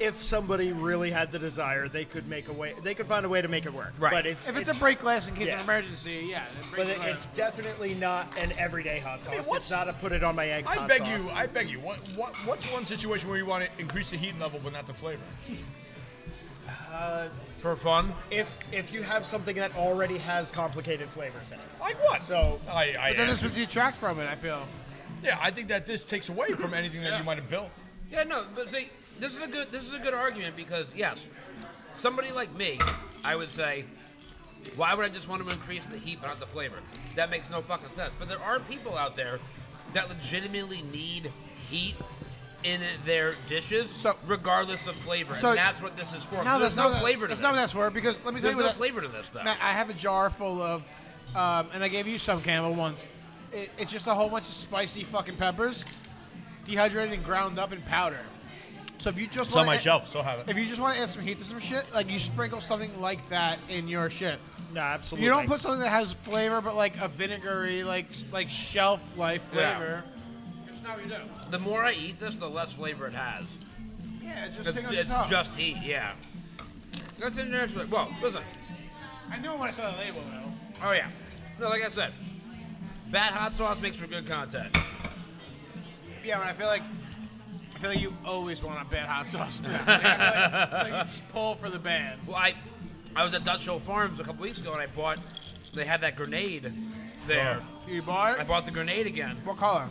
Speaker 7: if somebody really had the desire, they could make a way. They could find a way to make it work.
Speaker 5: Right.
Speaker 7: But it's
Speaker 6: If it's, a break glass in case
Speaker 7: yeah.
Speaker 6: of emergency, yeah. then break
Speaker 7: But it,
Speaker 6: glass.
Speaker 7: it's definitely not an everyday hot sauce.
Speaker 3: mean,
Speaker 7: it's
Speaker 3: what's-
Speaker 7: not a put it on my eggs.
Speaker 3: I
Speaker 7: hot
Speaker 3: beg
Speaker 7: sauce.
Speaker 3: you, I beg you. What, what, what's one situation where you want to increase the heat level but not the flavor?
Speaker 5: For fun?
Speaker 7: If if you have something that already has complicated flavors in it,
Speaker 3: Like what?
Speaker 7: So-
Speaker 3: I, I
Speaker 6: but then this would detract from it. I feel.
Speaker 3: yeah, I think that this takes away from anything that you might have built.
Speaker 5: Yeah, no, but see, this is a good this is a good argument because yes, somebody like me, I would say, why would I just want to increase the heat but not the flavor? That makes no fucking sense. But there are people out there that legitimately need heat in their dishes,
Speaker 6: So-
Speaker 5: regardless of flavor,
Speaker 6: so-
Speaker 5: and that's what this is for.
Speaker 6: No,
Speaker 5: there's
Speaker 6: that's
Speaker 5: no
Speaker 6: not
Speaker 5: flavor to
Speaker 6: That's
Speaker 5: this.
Speaker 6: not what that's for. Because let me tell
Speaker 5: there's
Speaker 6: you
Speaker 5: no
Speaker 6: what that-
Speaker 5: flavor to this though.
Speaker 6: Matt, I have a jar full of, um, and I gave you some Campbell once. It, it's just a whole bunch of spicy fucking peppers, dehydrated and ground up in powder. So if you just
Speaker 3: It's on
Speaker 6: wanna
Speaker 3: my
Speaker 6: add-
Speaker 3: shelf, so have it.
Speaker 6: If you just want to add some heat to some shit, like you sprinkle something like that in your shit.
Speaker 7: no, absolutely.
Speaker 6: You don't put something that has flavor, but like a vinegary, like like shelf life
Speaker 5: Yeah.
Speaker 6: flavor. It's not what you do.
Speaker 5: the more I eat this, the less flavor it has.
Speaker 6: Yeah, it just
Speaker 5: It's,
Speaker 6: take on
Speaker 5: it's
Speaker 6: the top.
Speaker 5: just heat, yeah. That's interesting. Well, listen,
Speaker 6: I know when I saw the label though.
Speaker 5: Oh yeah. No, like I said, bad hot sauce makes for good content.
Speaker 6: Yeah, but I feel like I feel like you always want a bad hot sauce. Now. like, like you just pull for the bad.
Speaker 5: Well, I I was at Dutch Hill Farms a couple weeks ago and I bought they had that grenade there.
Speaker 6: You bought
Speaker 5: I
Speaker 6: it?
Speaker 5: bought the grenade again.
Speaker 6: What color?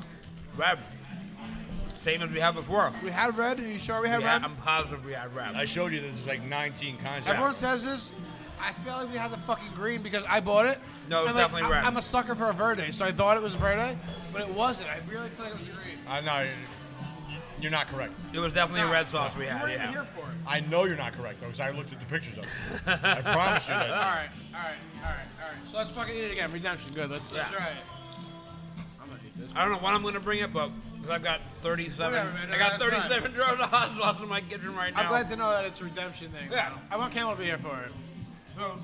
Speaker 5: Red. Same as we had before.
Speaker 6: We had red. Are you sure we had
Speaker 5: Yeah,
Speaker 6: red?
Speaker 5: I'm positive we had red.
Speaker 3: I showed you there's like 19 kinds.
Speaker 6: Everyone says this. I feel like we had the fucking green because I bought it.
Speaker 5: No, it was
Speaker 6: And,
Speaker 5: definitely
Speaker 6: I-
Speaker 5: red.
Speaker 6: I'm a sucker for a verde, so I thought it was verde, but it wasn't. I really feel like it was green.
Speaker 3: I know. You're not correct.
Speaker 5: It was definitely a red sauce we
Speaker 7: You
Speaker 5: had.
Speaker 7: weren't even
Speaker 5: Yeah.
Speaker 7: here for it.
Speaker 3: I know you're not correct though, because I looked at the pictures of it. I promise you that.
Speaker 6: All right, all right, all right, all right. So let's fucking eat it again. Redemption, good. Let's, let's
Speaker 5: Yeah.
Speaker 6: try it. I'm gonna eat this.
Speaker 5: I don't know what I'm gonna bring up, but because I've got 37,
Speaker 6: Whatever, man,
Speaker 5: I got
Speaker 6: that's fine.
Speaker 5: 37 jars of hot sauce in my kitchen right now.
Speaker 6: I'm glad to know that it's a redemption thing.
Speaker 5: Yeah.
Speaker 6: I want Campbell to be here for it.
Speaker 5: So,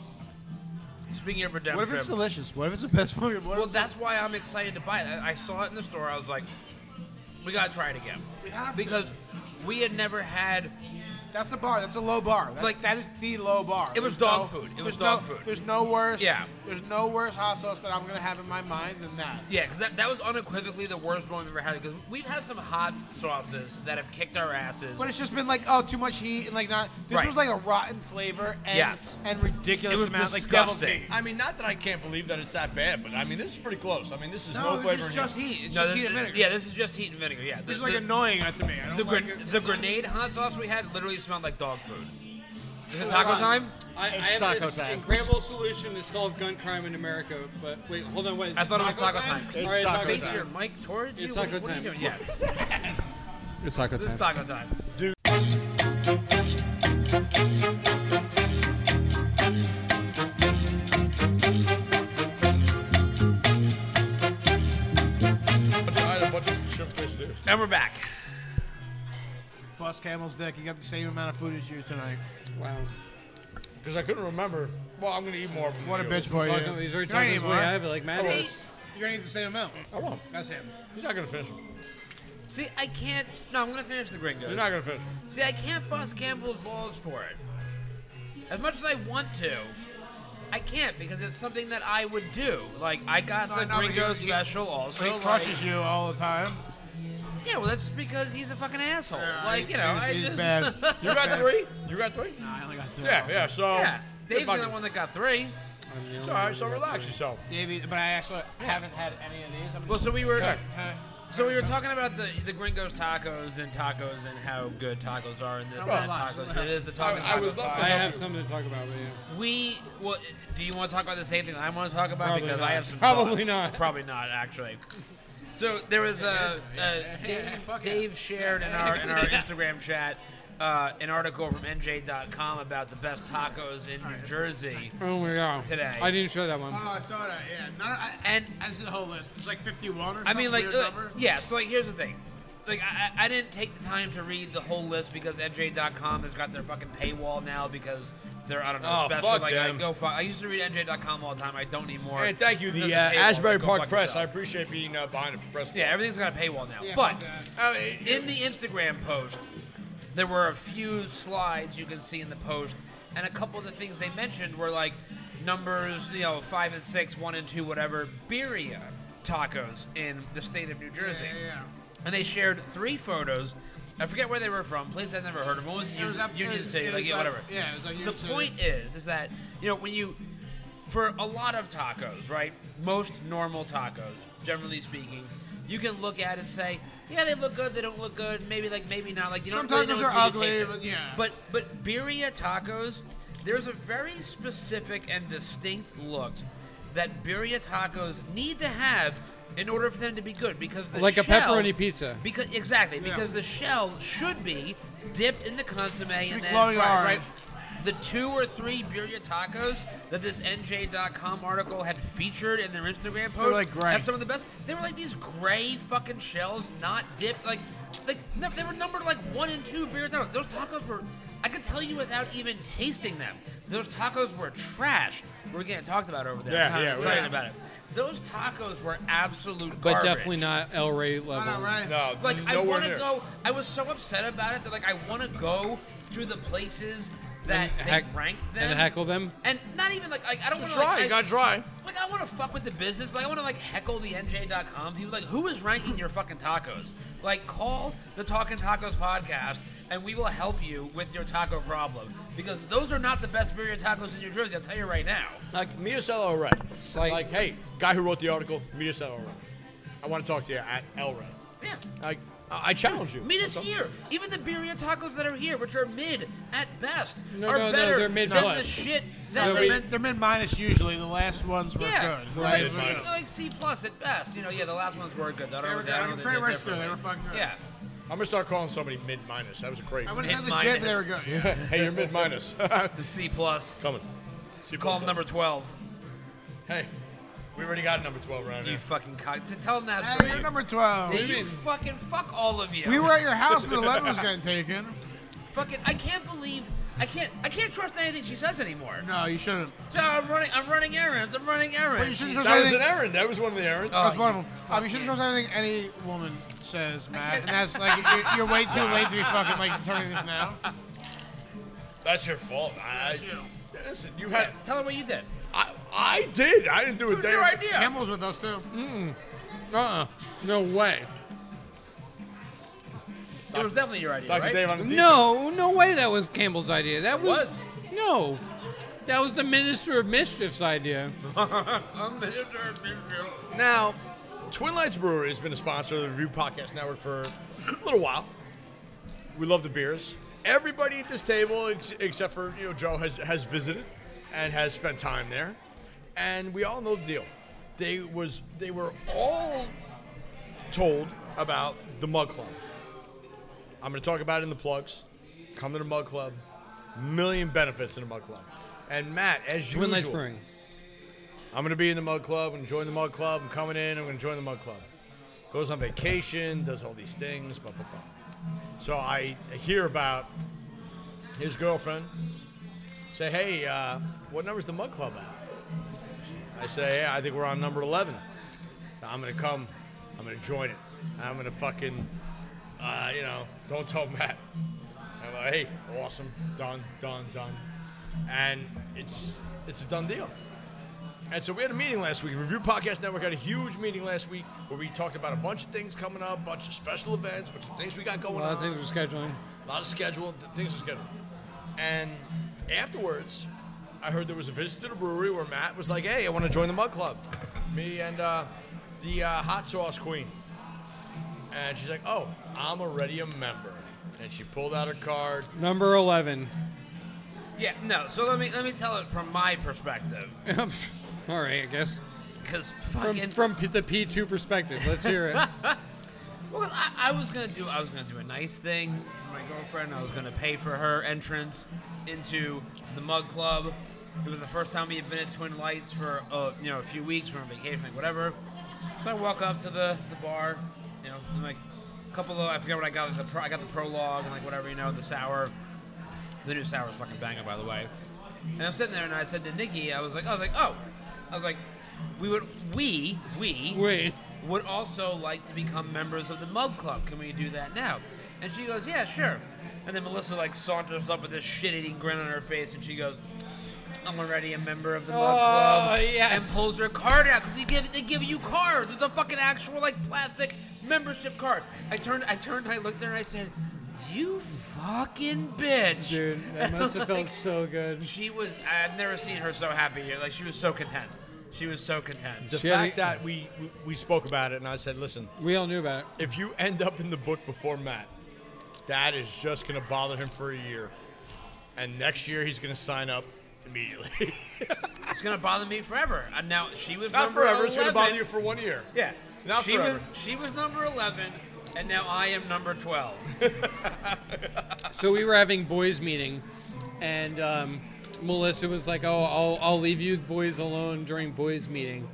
Speaker 5: speaking of redemption,
Speaker 6: delicious? What if it's the best one? What
Speaker 5: well, that's why I'm excited to buy it. I I saw it in the store. I was like, we gotta try it again
Speaker 6: We have to.
Speaker 5: because we had never had.
Speaker 6: That's the bar. That's a low bar. That's,
Speaker 5: Like-
Speaker 6: like that is the low bar.
Speaker 5: It was
Speaker 6: There's
Speaker 5: dog food. It was
Speaker 6: there's
Speaker 5: dog
Speaker 6: no-
Speaker 5: food.
Speaker 6: There's no worse.
Speaker 5: Yeah.
Speaker 6: There's no worse hot sauce that I'm gonna have in my mind than that.
Speaker 5: Yeah, because that, that was unequivocally the worst one we've ever had. Because we've had some hot sauces that have kicked our asses.
Speaker 6: But it's just been like, oh, too much heat and like not. This
Speaker 5: Right.
Speaker 6: was like a rotten flavor and
Speaker 5: Yes.
Speaker 6: and ridiculous
Speaker 5: It was
Speaker 6: amount like
Speaker 5: disgusting.
Speaker 6: devil's heat.
Speaker 3: I mean, not that I can't believe that it's that bad, but I mean, this is pretty close. I mean, this is no,
Speaker 6: No,
Speaker 3: flavor.
Speaker 6: this is
Speaker 3: in here.
Speaker 6: just heat. It's
Speaker 5: No,
Speaker 6: just
Speaker 5: this-
Speaker 6: heat and vinegar.
Speaker 5: Yeah, this is just heat and vinegar. Yeah,
Speaker 6: This is
Speaker 5: The-
Speaker 6: like
Speaker 5: the-
Speaker 6: annoying to me. I don't
Speaker 5: The,
Speaker 6: like
Speaker 5: gran-
Speaker 6: it.
Speaker 5: the grenade hot sauce we had literally smelled like dog food. Is it taco
Speaker 2: on.
Speaker 5: time?
Speaker 2: I, I
Speaker 4: It's
Speaker 2: have
Speaker 4: taco
Speaker 2: this
Speaker 4: time.
Speaker 2: incredible solution to solve gun crime in America, but wait, hold on, wait.
Speaker 5: I thought it was taco time.
Speaker 2: All
Speaker 5: It's
Speaker 2: right,
Speaker 4: taco
Speaker 2: taco
Speaker 5: Face
Speaker 2: time.
Speaker 5: your mic towards you.
Speaker 2: It's
Speaker 5: What-
Speaker 2: taco
Speaker 5: what are you
Speaker 2: time.
Speaker 5: doing? Yeah,
Speaker 2: It's taco
Speaker 5: this is taco time.
Speaker 3: I had a bunch of shrimp fish dinners.
Speaker 5: And we're back.
Speaker 6: Bust Camel's dick. You got the same amount of food as you tonight.
Speaker 2: Wow.
Speaker 3: Because I couldn't remember. Well, I'm going to eat more of them.
Speaker 6: What a
Speaker 3: than you.
Speaker 6: bitch boy you.
Speaker 2: Taco- he's already
Speaker 6: Not
Speaker 2: talking his way
Speaker 6: anymore.
Speaker 2: out of it, like Matt
Speaker 5: See?
Speaker 2: was.
Speaker 6: You're gonna eat the same amount.
Speaker 3: I won't.
Speaker 6: That's him.
Speaker 3: He's not going to finish them.
Speaker 5: See, I can't. No, I'm gonna finish the gringos.
Speaker 3: He's not going to finish 'em.
Speaker 5: See, I can't bust Campbell's balls for it. As much as I want to, I can't because it's something that I would do. Like I got
Speaker 6: No,
Speaker 5: the
Speaker 6: no, but
Speaker 5: gringo
Speaker 6: he- he-
Speaker 5: special also.
Speaker 6: He
Speaker 5: like-
Speaker 6: crushes you all the time.
Speaker 5: yeah, well, that's because he's a fucking asshole.
Speaker 6: Yeah,
Speaker 5: like you know,
Speaker 6: he's-
Speaker 5: I
Speaker 6: he's
Speaker 5: just
Speaker 6: bad.
Speaker 3: You got three? You got three?
Speaker 6: Nah, I only got two.
Speaker 3: Yeah, yeah, so.
Speaker 5: yeah. Dave's
Speaker 3: It's
Speaker 5: the
Speaker 3: like-
Speaker 5: only one that got three.
Speaker 3: It's all right, so relax yourself.
Speaker 6: Davey, but I actually haven't had any of these. I'm
Speaker 5: Well, so we were.
Speaker 3: Okay.
Speaker 6: kinda-
Speaker 5: So we were talking about the the Gringos tacos and tacos and how good tacos are and this
Speaker 6: Well,
Speaker 5: that tacos. It is the
Speaker 3: I,
Speaker 5: taco
Speaker 3: I would
Speaker 5: tacos
Speaker 3: love to
Speaker 2: I
Speaker 3: help
Speaker 2: have
Speaker 3: you.
Speaker 2: something to talk about, but yeah.
Speaker 5: We well, do you want to talk about the same thing I want to talk about
Speaker 2: Probably
Speaker 5: because
Speaker 2: not.
Speaker 5: I have some
Speaker 2: Probably
Speaker 5: thoughts.
Speaker 2: not.
Speaker 5: probably not actually. So there was uh, uh, Dave, Dave shared in our in our Instagram chat uh, an article from NJ.com about the best tacos in New Jersey.
Speaker 2: Oh my god.
Speaker 5: Today.
Speaker 2: I didn't show that one.
Speaker 6: Oh, I saw that. Yeah, not, I,
Speaker 5: And
Speaker 6: I see the whole list. It's like 51 or
Speaker 5: I
Speaker 6: something.
Speaker 5: mean, like,
Speaker 6: weird
Speaker 5: uh,
Speaker 6: number.
Speaker 5: yeah. So, like, here's the thing. Like, I, I I didn't take the time to read the whole list because NJ.com has got their fucking paywall now because they're I don't know
Speaker 3: Oh,
Speaker 5: special.
Speaker 3: fuck
Speaker 5: like,
Speaker 3: them.
Speaker 5: I go fuck. I used to read NJ.com all the time. I don't need more.
Speaker 3: And thank you,
Speaker 5: There's
Speaker 3: the
Speaker 5: a
Speaker 3: uh,
Speaker 5: paywall.
Speaker 3: Asbury
Speaker 5: Go
Speaker 3: Park
Speaker 5: fuck
Speaker 3: Press.
Speaker 5: yourself.
Speaker 3: I appreciate being uh, behind the press.
Speaker 5: Yeah, everything's got a paywall now.
Speaker 6: Yeah,
Speaker 5: but
Speaker 6: fuck that.
Speaker 3: I mean,
Speaker 5: in the Instagram post, there were a few slides you can see in the post, and a couple of the things they mentioned were like numbers, you know, five and six, one and two, whatever. Birria tacos in the state of New Jersey,
Speaker 6: Yeah, yeah.
Speaker 5: and they shared three photos. I forget where they were from. Place I've never heard of. One was,
Speaker 6: It was up-
Speaker 5: Union
Speaker 6: it was-
Speaker 5: City,
Speaker 6: it
Speaker 5: like
Speaker 6: was
Speaker 5: yeah,
Speaker 6: up-
Speaker 5: whatever
Speaker 6: Yeah, it was like
Speaker 5: the
Speaker 6: Union City.
Speaker 5: point is is that you know when you for a lot of tacos right most normal tacos generally speaking you can look at and say yeah they look good they don't look good maybe like maybe not like you don't
Speaker 6: Sometimes
Speaker 5: really know
Speaker 6: they're
Speaker 5: until
Speaker 6: ugly,
Speaker 5: you taste it.
Speaker 6: but yeah.
Speaker 5: but but birria tacos there's a very specific and distinct look that birria tacos need to have in order for them to be good because the
Speaker 2: Like a
Speaker 5: shell-
Speaker 2: pepperoni pizza.
Speaker 5: because exactly because the shell should be dipped in the
Speaker 6: Should
Speaker 5: consomme
Speaker 6: be
Speaker 5: and then fried,
Speaker 6: glowing
Speaker 5: right?
Speaker 6: orange.
Speaker 5: The two or three birria tacos that this NJ.com article had featured in their Instagram post
Speaker 6: like gray.
Speaker 5: as some of the best. They were like these gray fucking shells, not dipped. Like, like no, they were numbered like one and two birria tacos. Those tacos were. I could tell you without even tasting them. Those tacos were trash. We're getting talked about over there.
Speaker 3: Yeah,
Speaker 5: I'm kinda
Speaker 3: yeah,
Speaker 5: excited
Speaker 3: yeah.
Speaker 5: about it. Those tacos were absolute
Speaker 2: But
Speaker 5: garbage.
Speaker 2: definitely not El Rey
Speaker 6: All
Speaker 2: level.
Speaker 6: right.
Speaker 3: no,
Speaker 5: Like I
Speaker 3: nowhere
Speaker 5: want to
Speaker 3: near.
Speaker 5: go. I was so upset about it that like I want to go to the places that
Speaker 2: And
Speaker 5: they
Speaker 2: heck-
Speaker 5: ranked them
Speaker 2: and heckle them?
Speaker 5: And not even like I, I don't want to
Speaker 3: Try,
Speaker 5: Like,
Speaker 3: you
Speaker 5: I-
Speaker 3: gotta try.
Speaker 5: like I want to fuck with the business, but I want to like heckle the NJ.com people. Like, who is ranking your fucking tacos? Like, call the Talking Tacos podcast, and we will help you with your taco problem because those are not the best birria tacos in New Jersey. I'll tell you right now.
Speaker 3: Like Miyasello or Red.
Speaker 2: like-
Speaker 3: Like, hey, guy who wrote the article, Miyasello or Red. I want to talk to you at El Red.
Speaker 5: Yeah.
Speaker 3: Like, I, I challenge you.
Speaker 5: Meet us
Speaker 3: Okay.
Speaker 5: here. Even the birria tacos that are here, which are mid at best,
Speaker 2: No,
Speaker 5: are
Speaker 2: no, no,
Speaker 5: better
Speaker 2: they're mid
Speaker 5: than
Speaker 2: plus.
Speaker 5: the shit that
Speaker 6: They're,
Speaker 5: they.
Speaker 6: mid, they're mid minus usually. The last ones were
Speaker 5: yeah,
Speaker 6: good.
Speaker 5: they're
Speaker 6: Right.
Speaker 5: like,
Speaker 3: mid
Speaker 5: C,
Speaker 3: minus.
Speaker 5: like C plus at best. You know, yeah, the last ones were good. though. I
Speaker 6: They
Speaker 5: don't
Speaker 6: were
Speaker 5: know- I don't
Speaker 6: good.
Speaker 5: know
Speaker 6: Freight
Speaker 5: they did
Speaker 6: Rescue, they
Speaker 5: differently.
Speaker 6: were fucking good.
Speaker 5: Yeah.
Speaker 3: I'm gonna start calling somebody mid minus. That was a great.
Speaker 6: I would
Speaker 5: Mid
Speaker 6: have said the Jet, but there we
Speaker 5: minus.
Speaker 6: go.
Speaker 3: hey, you're mid minus.
Speaker 5: The C plus.
Speaker 3: Coming. See
Speaker 5: Call him number twelve.
Speaker 3: Hey, we already got number twelve around
Speaker 5: You
Speaker 3: here.
Speaker 5: fucking cock. To tell him that's
Speaker 6: Hey, you're number 12.
Speaker 5: you fucking fuck all of you.
Speaker 6: We were at your house when 11 was getting taken.
Speaker 5: fucking. I can't believe. I can't. I can't trust anything she says anymore.
Speaker 6: No, you shouldn't.
Speaker 5: So I'm running. I'm running errands. I'm running
Speaker 6: But you
Speaker 5: errands.
Speaker 6: shouldn't trust
Speaker 3: That was an
Speaker 6: anything.
Speaker 3: errand. That was one of the errands.
Speaker 5: Oh,
Speaker 6: That's one of
Speaker 5: you
Speaker 6: them. Um, you shouldn't trust anything any woman says, Matt. And that's like, you're, you're way too late to be fucking like turning this now.
Speaker 3: That's your fault. I, listen, you had.
Speaker 5: Tell her what you did.
Speaker 3: I, I did. I didn't do a
Speaker 5: It was your
Speaker 3: damn.
Speaker 5: idea.
Speaker 6: Campbell's with us too.
Speaker 2: Uh-uh. No way.
Speaker 5: It was definitely your idea,
Speaker 3: Dr.
Speaker 5: right?
Speaker 3: Dave on the defense.
Speaker 2: No, no way that was Campbell's idea. That was,
Speaker 5: was.
Speaker 2: No. That was the Minister of Mischief's idea.
Speaker 5: I'm the intern, Mr.
Speaker 3: Now, Twin Lights Brewery has been a sponsor of the Review Podcast Network for a little while. We love the beers. Everybody at this table, ex- except for you know Joe, has has visited and has spent time there, and we all know the deal. They was they were all told about the Mug Club. I'm going to talk about it in the plugs. Come to the Mug Club. Million benefits in the Mug Club. And Matt, as
Speaker 2: Twin Lights
Speaker 3: usual,
Speaker 2: Brewing.
Speaker 3: I'm gonna be in the mug club. I'm gonna join the mug club. I'm coming in. I'm gonna join the mug club. Goes on vacation, does all these things. Blah blah blah. So I hear about his girlfriend. Say, hey, uh, what number's the mug club at? I say, yeah, I think we're on number 11. So I'm gonna come. I'm gonna join it. I'm gonna fucking, uh, you know, don't tell Matt. I'm like, hey, awesome, done, done, done, and it's it's a done deal. And so we had a meeting last week. Review Podcast Network had a huge meeting last week where we talked about a bunch of things coming up, bunch of special events, bunch of things we got
Speaker 2: A
Speaker 3: going
Speaker 2: lot
Speaker 3: on,
Speaker 2: of things were scheduling.
Speaker 3: a lot of schedule, th- things are scheduled. And afterwards, I heard there was a visit to the brewery where Matt was like, "Hey, I want to join the Mug Club." Me and uh, the uh, hot sauce queen. And she's like, "Oh, I'm already a member." And she pulled out her card.
Speaker 2: Number 11.
Speaker 5: Yeah, no. So let me let me tell it from my perspective,
Speaker 2: All right, I guess.
Speaker 5: because
Speaker 2: From,
Speaker 5: fucking.
Speaker 2: from P- the P2 perspective. Let's hear it.
Speaker 5: well, I, I was gonna do I was gonna do a nice thing for my girlfriend. I was gonna pay for her entrance into the Mug Club. It was the first time we had been at Twin Lights for uh, you know a few weeks. We were on vacation, like whatever. So I walk up to the, the bar, you know, and like a couple of I forget what I got. The pro, I got the prologue and like whatever you know the sour. The new sour is fucking banger, by the way. And I'm sitting there, and I said to Nikki, I was like, I was like, oh, I was like, we would, we, we,
Speaker 2: Wait.
Speaker 5: would also like to become members of the Mug Club. Can we do that now? And she goes, yeah, sure. And then Melissa like saunters up with this shit-eating grin on her face, and she goes, I'm already a member of the Mug
Speaker 2: Oh,
Speaker 5: Club.
Speaker 2: yes.
Speaker 5: And pulls her card out because they give they give you cards. It's a fucking actual like plastic membership card. I turned, I turned, I looked at her, and I said, you fucking bitch.
Speaker 2: Dude, that must have felt
Speaker 5: Like-
Speaker 2: so good.
Speaker 5: She was. I've never seen her so happy. Like she was so content. She was so content.
Speaker 3: The
Speaker 2: She had a-
Speaker 3: fact that we, we we spoke about it, and I said, "Listen,
Speaker 2: We all knew about it.
Speaker 3: if you end up in the book before Matt, that is just going to bother him for a year. And next year, he's going to sign up immediately.
Speaker 5: It's gonna bother me forever. And now she was
Speaker 3: Not
Speaker 5: number
Speaker 3: forever. It's going to
Speaker 5: 11.
Speaker 3: bother you for one year.
Speaker 5: Yeah.
Speaker 3: Not
Speaker 5: she
Speaker 3: forever.
Speaker 5: was. She was number eleven, and now I am number twelve.
Speaker 2: So we were having boys meeting, and um, Melissa was like, "Oh, I'll, I'll leave you boys alone during boys meeting,"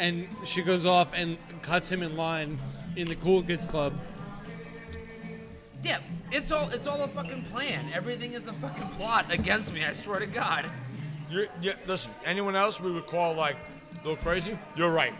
Speaker 2: and she goes off and cuts him in line in the cool kids club.
Speaker 5: Yeah. It's all. It's all a fucking plan. Everything is a fucking plot against me. I swear to God.
Speaker 3: You're, yeah, listen, anyone else we would call like a little crazy. You're right.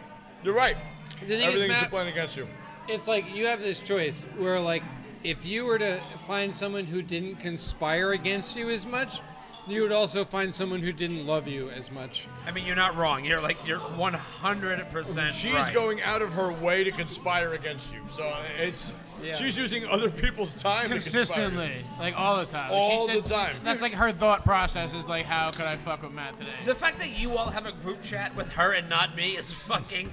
Speaker 3: You're right.
Speaker 2: The thing is,
Speaker 3: Everything's
Speaker 2: Matt-
Speaker 3: a plan against you.
Speaker 2: It's like you have this choice where, like, if you were to find someone who didn't conspire against you as much, you would also find someone who didn't love you as much.
Speaker 5: I mean, you're not wrong. You're like you're one hundred percent.
Speaker 3: She's going out of her way to conspire against you. So it's
Speaker 2: Yeah.
Speaker 3: she's using other people's time to conspire.
Speaker 6: Consistently, like all the time.
Speaker 3: All
Speaker 6: She's-
Speaker 3: the time.
Speaker 6: That's like her thought process is like, how could I fuck with Matt today?
Speaker 5: The fact that you all have a group chat with her and not me is fucking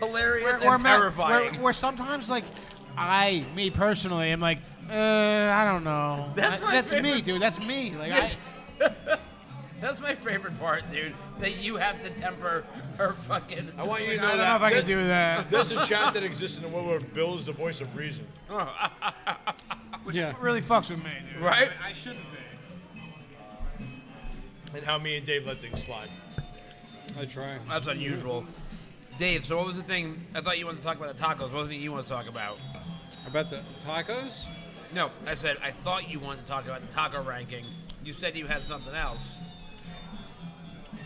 Speaker 5: hilarious and
Speaker 6: Matt-
Speaker 5: terrifying.
Speaker 6: Where, where sometimes like I, me personally, am like, uh, I don't know.
Speaker 5: That's
Speaker 6: I-
Speaker 5: my
Speaker 6: that's me,
Speaker 5: favorite-
Speaker 6: dude. That's me. Like I,
Speaker 5: Yes. That's my favorite part, dude. That you have to temper her fucking.
Speaker 3: I want you to know
Speaker 10: I don't know
Speaker 3: that.
Speaker 10: if I
Speaker 3: this,
Speaker 10: can do that.
Speaker 3: There's a chat that exists in the world where Bill is the voice of reason.
Speaker 10: Which
Speaker 2: Yeah.
Speaker 10: really fucks with me, dude.
Speaker 5: Right?
Speaker 10: I shouldn't be.
Speaker 3: And how me and Dave let things slide.
Speaker 2: I try.
Speaker 5: That's unusual. Dave, so what was the thing? I thought you wanted to talk about the tacos. What was the thing you want to talk about?
Speaker 2: About the tacos?
Speaker 5: No, I said I thought you wanted to talk about the taco ranking. You said you had something else.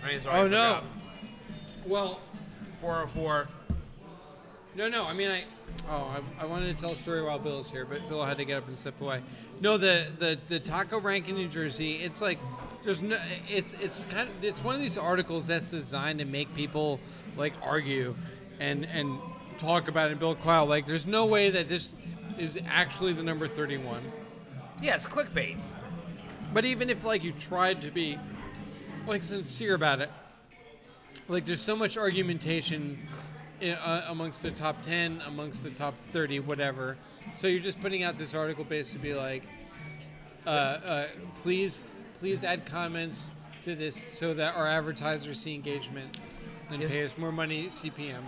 Speaker 5: I mean, sorry, I
Speaker 2: oh no.
Speaker 5: forgot.
Speaker 2: Well,
Speaker 5: 404.
Speaker 2: no, no. I mean, I. Oh, I, I wanted to tell a story while Bill's here, but Bill had to get up and step away. No, the the, the taco rank in New Jersey. It's like there's no. It's it's kind of it's one of these articles that's designed to make people like argue, and and talk about it. Bill Clow, like, there's no way that this is actually the number 31.
Speaker 5: Yeah, it's clickbait.
Speaker 2: But even if like you tried to be like sincere about it, like there's so much argumentation i- uh, amongst the top 10, amongst the top 30, whatever. So you're just putting out this article based to be like, uh, uh, please, please add comments to this so that our advertisers see engagement and
Speaker 5: Yes.
Speaker 2: pay us more money CPM.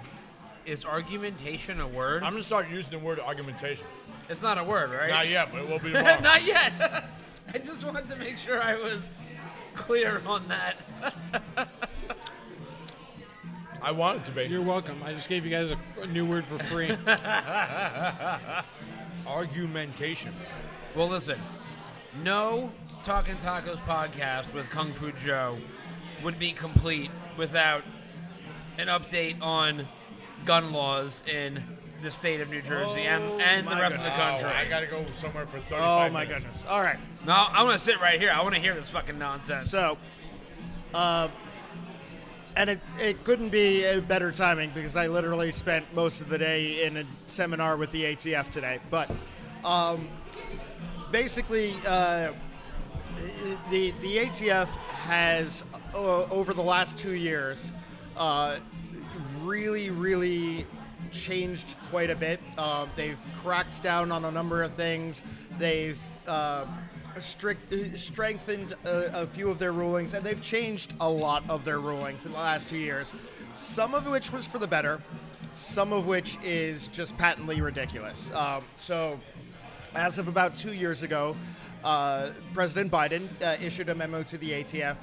Speaker 5: Is argumentation a word?
Speaker 3: I'm gonna start using the word argumentation.
Speaker 5: it's not a word, right?
Speaker 3: Not yet, but it will be tomorrow.
Speaker 5: Not yet. I just wanted to make sure I was clear on that.
Speaker 3: I want it to be
Speaker 2: You're welcome. I just gave you guys a, f- a new word for free.
Speaker 3: argumentation.
Speaker 5: Well, listen, no Talking Tacos podcast with Kung Fu Joe would be complete without an update on gun laws in the state of New Jersey and, and the
Speaker 3: Oh My
Speaker 5: rest of the
Speaker 3: goodness.
Speaker 5: country.
Speaker 3: Oh, I gotta go somewhere for 35
Speaker 7: Oh my
Speaker 3: minutes.
Speaker 7: goodness. All right.
Speaker 5: no, I want to sit right here. I want to hear this fucking nonsense.
Speaker 7: So, uh, and it, it couldn't be a better timing because I literally spent most of the day in a seminar with the ATF today. But um, basically, uh, the the ATF has uh, over the last two years uh, really really changed quite a bit. Uh, they've cracked down on a number of things. They've uh, strict, uh, strengthened a, a few of their rulings, and they've changed a lot of their rulings in the last two years. Some of which was for the better, some of which is just patently ridiculous. Um, so as of about two years ago, uh, President Biden uh, issued a memo to the ATF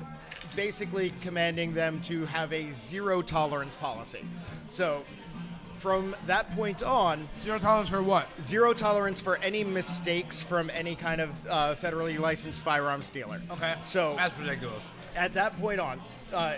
Speaker 7: basically commanding them to have a zero tolerance policy. So, from that point on,
Speaker 10: Zero tolerance for what?
Speaker 7: zero tolerance for any mistakes from any kind of uh, federally licensed firearms dealer.
Speaker 10: Okay.
Speaker 7: So,
Speaker 5: That's ridiculous.
Speaker 7: at that point on, uh,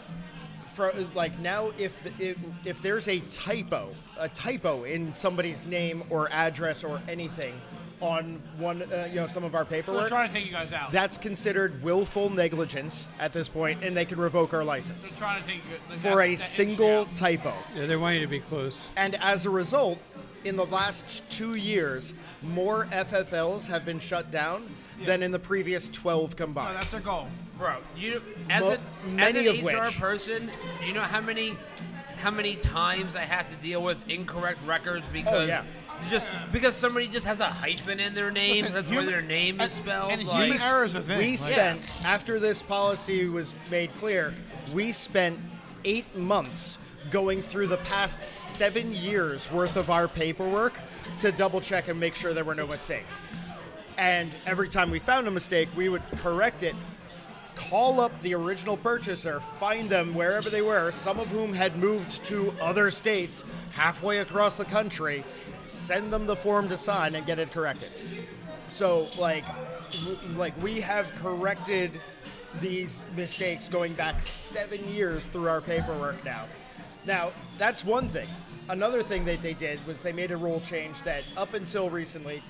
Speaker 7: for, like now, if, the, if if there's a typo, a typo in somebody's name or address or anything on one, uh, you know, some of our
Speaker 10: So we're
Speaker 7: paperwork,
Speaker 10: trying to take you guys out.
Speaker 7: that's considered willful negligence at this point, and they can revoke our license
Speaker 10: They're trying to take you guys
Speaker 7: for
Speaker 10: out,
Speaker 7: a
Speaker 10: that
Speaker 7: single
Speaker 10: inch out.
Speaker 7: typo.
Speaker 2: yeah, they want you to be close.
Speaker 7: And as a result, in the last two years, more FFLs have been shut down than in the previous 12 combined.
Speaker 10: No, that's their goal.
Speaker 5: Bro, you as,
Speaker 7: Mo-
Speaker 5: a, as an
Speaker 7: many of
Speaker 5: HR
Speaker 7: which-
Speaker 5: person, you know how many how many times I have to deal with incorrect records because
Speaker 7: yeah.
Speaker 5: just because somebody just has a hyphen in their name,
Speaker 10: Listen,
Speaker 5: that's
Speaker 10: human-
Speaker 5: where their name is
Speaker 10: and-
Speaker 5: spelled.
Speaker 10: and
Speaker 5: like,
Speaker 10: human error is a thing.
Speaker 7: We
Speaker 10: Like-
Speaker 7: spent after this policy was made clear, we spent eight months going through the past seven years worth of our paperwork to double check and make sure there were no mistakes. And every time we found a mistake, we would correct it, call up the original purchaser, find them wherever they were, some of whom had moved to other states halfway across the country, send them the form to sign and get it corrected. So like, w- like we have corrected these mistakes going back seven years through our paperwork now. Now that's one thing. Another thing that they did was they made a rule change that up until recently,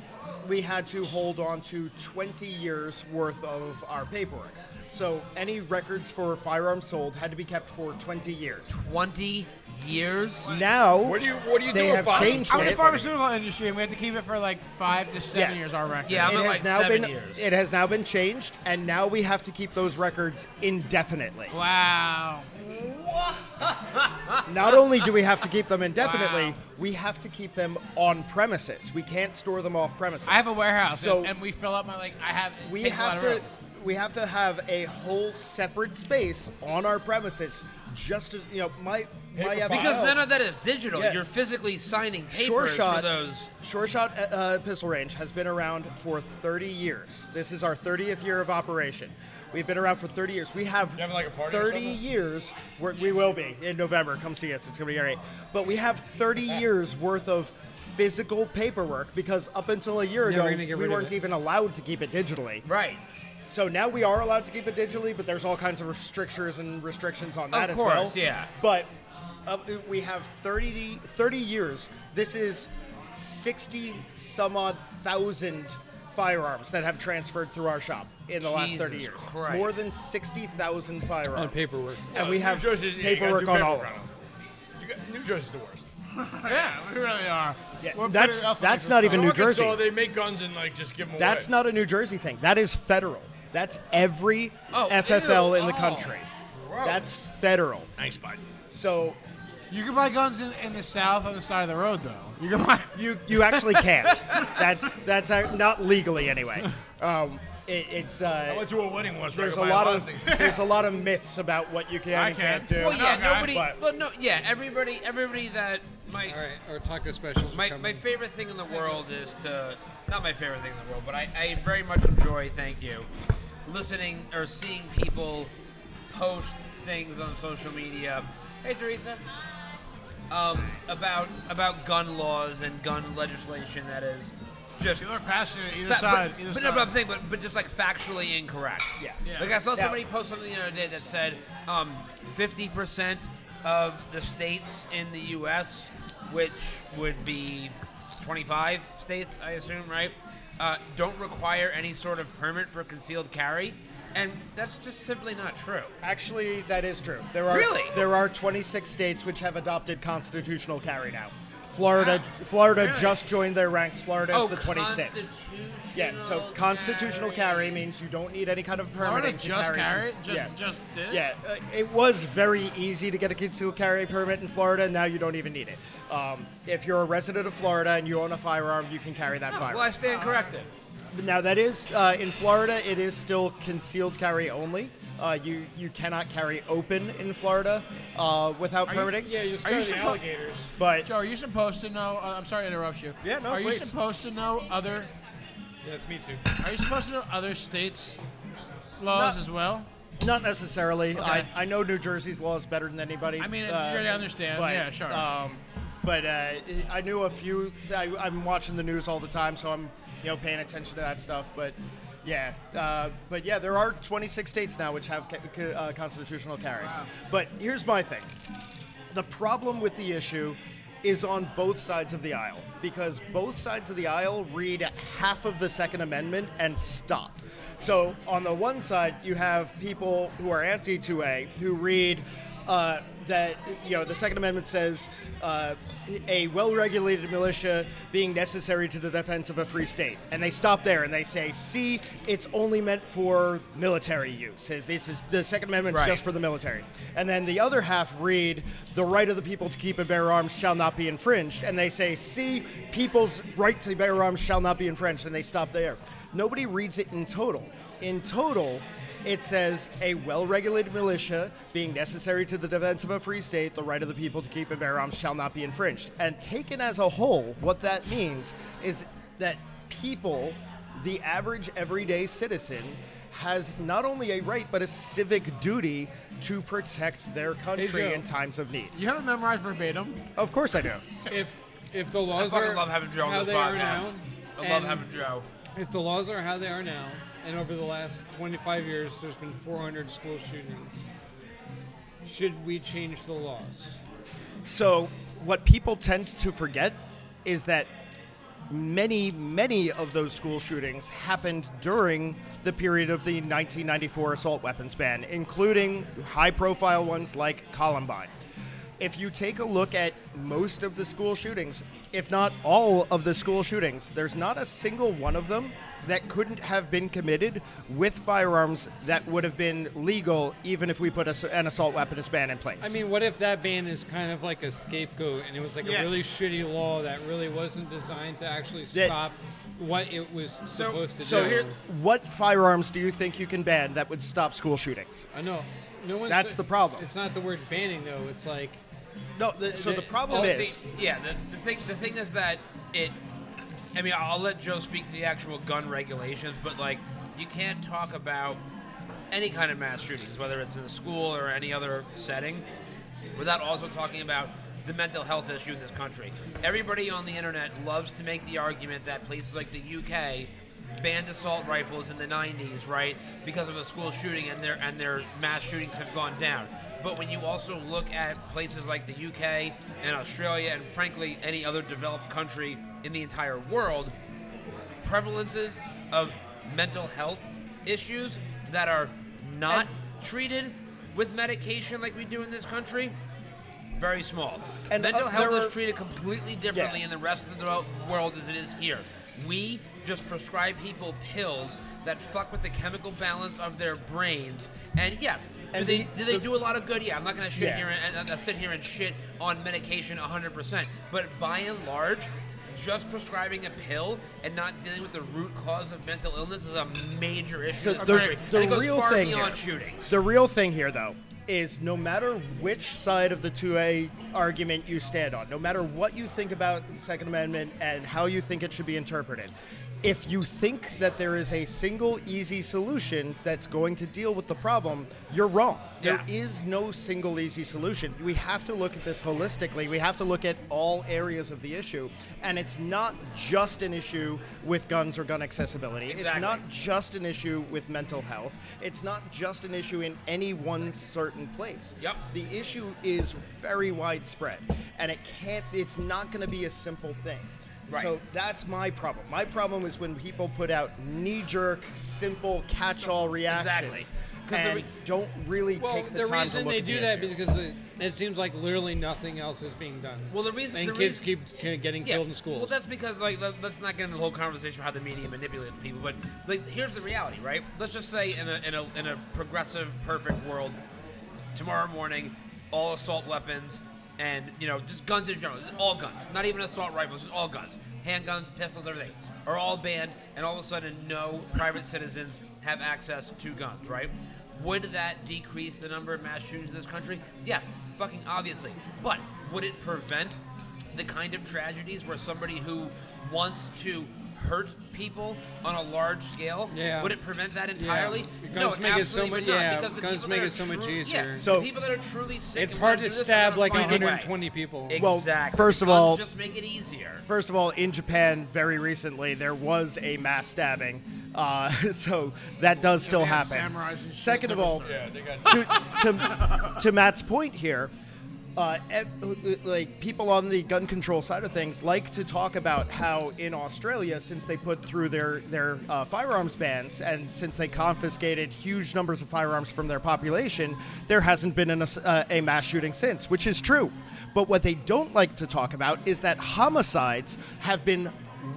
Speaker 7: we had to hold on to 20 years worth of our paperwork. So any records for firearms sold had to be kept for 20 years.
Speaker 5: 20 years?
Speaker 7: Now
Speaker 3: What do you What do you
Speaker 7: They
Speaker 3: do
Speaker 7: have
Speaker 3: if I
Speaker 7: changed
Speaker 10: I'm in the
Speaker 7: it.
Speaker 10: pharmaceutical industry, and we have to keep it for like five to seven
Speaker 7: Yes.
Speaker 10: years. Our record.
Speaker 5: Yeah, I'm
Speaker 7: it
Speaker 5: at
Speaker 7: has
Speaker 5: like
Speaker 7: now
Speaker 5: seven
Speaker 7: been
Speaker 5: years.
Speaker 7: it has now been changed, and now we have to keep those records indefinitely.
Speaker 10: Wow.
Speaker 7: Not only do we have to keep them indefinitely,
Speaker 10: Wow.
Speaker 7: we have to keep them on premises. We can't store them off premises.
Speaker 10: I have a warehouse,
Speaker 7: So-
Speaker 10: and, and we fill up my like. I have.
Speaker 7: we
Speaker 10: takes a lot
Speaker 7: have
Speaker 10: of
Speaker 7: to
Speaker 10: room.
Speaker 7: we have to have a whole separate space on our premises, just as you know, my
Speaker 3: Paper
Speaker 7: my
Speaker 3: file.
Speaker 5: Because
Speaker 7: FIO
Speaker 5: none of that is digital.
Speaker 7: Yeah.
Speaker 5: You're physically signing papers
Speaker 7: Sure shot.
Speaker 5: for those.
Speaker 7: Sure Shot uh, uh, Pistol Range has been around for 30 years. This is our 30th year of operation. We've been around for 30 years. We have,
Speaker 3: having, like, a party or
Speaker 7: 30
Speaker 3: something?
Speaker 7: years. We're, we will be in November. Come see us. It's going to be great. But we have 30 years worth of physical paperwork because up until a year
Speaker 2: Never
Speaker 7: ago,
Speaker 2: gonna
Speaker 7: we
Speaker 2: get rid of
Speaker 7: weren't
Speaker 2: it.
Speaker 7: even allowed to keep it digitally.
Speaker 5: Right.
Speaker 7: So now we are allowed to keep it digitally, but there's all kinds of restrictions and restrictions on that
Speaker 5: course,
Speaker 7: as well.
Speaker 5: yeah.
Speaker 7: But uh, we have 30, 30 years. This is 60 some odd thousand firearms that have transferred through our shop in the last 30
Speaker 5: Jesus
Speaker 7: years.
Speaker 5: Christ.
Speaker 7: More than 60,000 firearms.
Speaker 2: on paperwork.
Speaker 7: And we
Speaker 3: New
Speaker 7: have
Speaker 3: Jersey's- yeah, you gotta
Speaker 7: paperwork
Speaker 3: do
Speaker 7: on all of
Speaker 3: paperwork
Speaker 7: them.
Speaker 3: on 'em. You got- New Jersey's the worst.
Speaker 6: Yeah, we really are.
Speaker 7: Yeah,
Speaker 6: We're
Speaker 7: that's-
Speaker 6: pretty-
Speaker 7: that's not even- In
Speaker 3: In
Speaker 7: New
Speaker 3: Arkansas,
Speaker 7: Jersey.
Speaker 3: they make guns and like just give them
Speaker 7: That's
Speaker 3: away.
Speaker 7: not a New Jersey thing. That is federal. That's every
Speaker 5: Oh,
Speaker 7: FFL
Speaker 5: ew,
Speaker 7: in the
Speaker 5: oh,
Speaker 7: country.
Speaker 5: gross.
Speaker 7: That's federal.
Speaker 3: Thanks, bud.
Speaker 7: So
Speaker 6: You can buy guns in, in the south on the side of the road, though. You can buy.
Speaker 7: You you actually can't. that's that's uh, not legally anyway. Um, it, it's
Speaker 3: I
Speaker 7: uh,
Speaker 3: went to a wedding once. where I
Speaker 7: there's a
Speaker 3: could buy
Speaker 7: lot of
Speaker 3: things.
Speaker 7: there's a lot of myths about what you can
Speaker 6: I
Speaker 7: and
Speaker 6: can't.
Speaker 7: can't do.
Speaker 5: Well, yeah,
Speaker 6: Okay.
Speaker 5: nobody.
Speaker 7: But-
Speaker 5: well, no, yeah, everybody, everybody that my
Speaker 2: All right, our taco specials. are
Speaker 5: my, my
Speaker 2: coming.
Speaker 5: favorite thing in the world is to not my favorite thing in the world, but I, I very much enjoy. Thank you, listening or seeing people post things on social media. Hey, Teresa. Um, about about gun laws and gun legislation that is just
Speaker 6: People are passionate either
Speaker 5: Fa-
Speaker 6: side.
Speaker 5: But,
Speaker 6: either
Speaker 5: but no,
Speaker 6: side.
Speaker 5: but I'm saying, but, but just like factually incorrect.
Speaker 7: Yeah.
Speaker 6: Yeah.
Speaker 5: Like I saw
Speaker 7: Yeah.
Speaker 5: somebody post something the other day that said, um, 50% of the states in the U.S., which would be 25 states, I assume, right, uh, don't require any sort of permit for concealed carry, and that's just simply not true.
Speaker 7: Actually, that is true. There are
Speaker 5: Really?
Speaker 7: there are 26 states which have adopted constitutional carry now. Florida Florida just joined their ranks. Florida
Speaker 5: Oh,
Speaker 7: is the 26th. Yeah, so constitutional carry means you don't need any kind of permit.
Speaker 6: Florida just carry it. Just,
Speaker 7: yeah.
Speaker 6: just did it.
Speaker 7: Yeah, uh, it was very easy to get a concealed carry permit in Florida. Now you don't even need it. Um, if you're a resident of Florida and you own a firearm, you can carry that
Speaker 6: Oh,
Speaker 7: firearm.
Speaker 5: Well, I stand corrected.
Speaker 7: now that is uh, in Florida, it is still concealed carry only. Uh, you you cannot carry open in Florida uh, without
Speaker 6: Are you-
Speaker 7: permitting.
Speaker 2: Yeah, you
Speaker 6: Are you
Speaker 2: scare the
Speaker 6: suppo-
Speaker 2: alligators.
Speaker 7: But
Speaker 6: Joe, are you supposed to know? Uh, I'm sorry to interrupt you.
Speaker 7: Yeah, no,
Speaker 6: Are you
Speaker 7: please.
Speaker 6: supposed to know other?
Speaker 2: Yes, me too.
Speaker 6: Are you supposed to know other states' laws as well?
Speaker 7: not necessarily.
Speaker 6: Okay.
Speaker 7: I, I know New Jersey's laws better than anybody.
Speaker 6: I mean,
Speaker 7: uh,
Speaker 6: sure, I understand.
Speaker 7: but,
Speaker 6: yeah, sure.
Speaker 7: Um, but uh, I knew a few. I, I'm watching the news all the time, so I'm you know paying attention to that stuff. But yeah, uh, but yeah, there are 26 states now which have ca- ca- uh, constitutional carry. But here's my thing: the problem with the issue is on both sides of the aisle because both sides of the aisle read half of the Second Amendment and stop. So on the one side, you have people who are anti 2A who read uh, that you know the Second Amendment says uh, a well-regulated militia being necessary to the defense of a free state, and they stop there and they say, "See, it's only meant for military use. This is the Second Amendment is
Speaker 5: Right.
Speaker 7: just for the military." And then the other half read, "The right of the people to keep and bear arms shall not be infringed," and they say, "See, people's right to bear arms shall not be infringed," and they stop there. Nobody reads it in total. In total, it says a well-regulated militia being necessary to the defense of a free state, the right of the people to keep and bear arms shall not be infringed. And taken as a whole, what that means is that people, the average everyday citizen, has not only a right but a civic duty to protect their country
Speaker 2: Joe.
Speaker 7: in times of need.
Speaker 6: you haven't memorized verbatim.
Speaker 7: Of course I do.
Speaker 2: If if the laws
Speaker 5: fucking
Speaker 2: are
Speaker 5: love having Joe on
Speaker 2: how
Speaker 5: this
Speaker 2: they are
Speaker 5: podcast.
Speaker 2: now,
Speaker 5: I love
Speaker 2: and
Speaker 5: having Joe.
Speaker 2: If the laws are how they are now, and over the last 25 years, there's been 400 school shootings. Should we change the laws?
Speaker 7: So, what people tend to forget is that many, many of those school shootings happened during the period of the 1994 assault weapons ban, including high profile ones like Columbine. if you take a look at most of the school shootings, if not all of the school shootings, there's not a single one of them that couldn't have been committed with firearms that would have been legal even if we put a s an assault weapons ban in place.
Speaker 2: I mean, what if that ban is kind of like a scapegoat, and it was like
Speaker 7: Yeah.
Speaker 2: a really shitty law that really wasn't designed to actually
Speaker 7: That-
Speaker 2: stop what it was supposed to
Speaker 7: so
Speaker 2: do?
Speaker 7: here, what firearms do you think you can ban that would stop school shootings?
Speaker 2: I know. No one's
Speaker 7: That's the problem.
Speaker 2: It's not the word banning though. It's like
Speaker 7: No, the, so the problem
Speaker 5: Well,
Speaker 7: is.
Speaker 5: see, yeah, the, the thing the thing is that it. I mean, I'll let Joe speak to the actual gun regulations, but like, you can't talk about any kind of mass shootings, whether it's in a school or any other setting, without also talking about the mental health issue in this country. Everybody on the internet loves to make the argument that places like the UK banned assault rifles in the 90s, right, because of a school shooting and their and their mass shootings have gone down. But when you also look at places like the UK and Australia and frankly any other developed country in the entire world, prevalences of mental health issues that are not treated with medication like we do in this country very small.
Speaker 7: And,
Speaker 5: mental
Speaker 7: uh,
Speaker 5: health
Speaker 7: there
Speaker 5: is
Speaker 7: are-
Speaker 5: treated completely differently
Speaker 7: Yeah.
Speaker 5: in the rest of the wo- world as it is here. We just prescribe people pills that fuck with the chemical balance of their brains. And yes,
Speaker 7: And
Speaker 5: do they,
Speaker 7: the-
Speaker 5: do they
Speaker 7: the-
Speaker 5: do a lot of good? Yeah, I'm not gonna shit
Speaker 7: Yeah.
Speaker 5: here and and, uh, sit here and shit on medication 100%. But by and large, just prescribing a pill and not dealing with the root cause of mental illness is a major issue.
Speaker 7: So
Speaker 5: in this
Speaker 7: the-
Speaker 5: country.
Speaker 7: the
Speaker 5: and it goes
Speaker 7: real
Speaker 5: far
Speaker 7: thing
Speaker 5: beyond
Speaker 7: here-
Speaker 5: shootings.
Speaker 7: The real thing here, though, is no matter which side of the 2A argument you stand on, no matter what you think about the Second Amendment and how you think it should be interpreted, if you think that there is a single easy solution that's going to deal with the problem, you're wrong. There is
Speaker 5: Yeah.
Speaker 7: no single easy solution. We have to look at this holistically. We have to look at all areas of the issue. And it's not just an issue with guns or gun accessibility. It's
Speaker 5: Exactly.
Speaker 7: not just an issue with mental health. It's not just an issue in any one certain place.
Speaker 5: Yep.
Speaker 7: The issue is very widespread, and it can't. It's not going to be a simple thing.
Speaker 5: Right.
Speaker 7: So that's my problem. My problem is when people put out knee-jerk, simple catch-all reactions
Speaker 5: Exactly. 'Cause the
Speaker 7: and
Speaker 5: re-
Speaker 7: don't really
Speaker 2: well,
Speaker 7: take the,
Speaker 2: the,
Speaker 7: time
Speaker 2: reason
Speaker 7: to look
Speaker 2: they
Speaker 7: at
Speaker 2: do
Speaker 7: the
Speaker 2: that
Speaker 7: issue.
Speaker 2: is because it, it seems like literally nothing else is being done.
Speaker 5: Well, the reason-
Speaker 2: and
Speaker 5: the
Speaker 2: kids
Speaker 5: reason-
Speaker 2: keep k- getting killed in schools.
Speaker 5: Well, that's because like let, let's not get into the whole conversation of how the media manipulates people. But like, here's the reality, right? Let's just say in a in a in a progressive, perfect world, tomorrow morning, all assault weapons and you know just guns in general, all guns, not even assault rifles, just all guns, handguns, pistols, everything are all banned, and all of a sudden, no private citizens have access to guns, right? Would that decrease the number of mass shootings in this country? Yes, fucking obviously. But would it prevent the kind of tragedies where somebody who wants to hurt people on a large scale
Speaker 2: Yeah.
Speaker 5: would it prevent that entirely
Speaker 2: Guns
Speaker 5: no it
Speaker 2: make it so
Speaker 5: absolutely
Speaker 2: much-
Speaker 5: would not,
Speaker 2: yeah,
Speaker 5: because the
Speaker 2: guns
Speaker 5: people
Speaker 2: make
Speaker 5: that
Speaker 2: it
Speaker 5: are
Speaker 2: so much
Speaker 5: truly-
Speaker 2: easier.
Speaker 5: yeah,
Speaker 7: So-
Speaker 5: the people that are truly sick
Speaker 2: It's
Speaker 5: and
Speaker 2: hard
Speaker 5: wanna
Speaker 2: to
Speaker 5: do this are gonna
Speaker 2: stab, like,
Speaker 5: find a way.
Speaker 2: 120 people.
Speaker 7: Well,
Speaker 5: exactly
Speaker 7: first of
Speaker 5: Guns
Speaker 7: all-
Speaker 5: just make it easier
Speaker 7: First of all, in Japan, very recently, there was a mass stabbing, uh, so that does still
Speaker 6: they have
Speaker 7: happen.
Speaker 6: samurais and shit.
Speaker 7: Second of
Speaker 6: That was
Speaker 7: all,
Speaker 3: Yeah, they got
Speaker 7: to, to, to Matt's point here, uh, ev- like people on the gun control side of things like to talk about how in Australia, since they put through their their uh, firearms bans and since they confiscated huge numbers of firearms from their population, there hasn't been an, ass- uh, a mass shooting since, which is true. But what they don't like to talk about is that homicides have been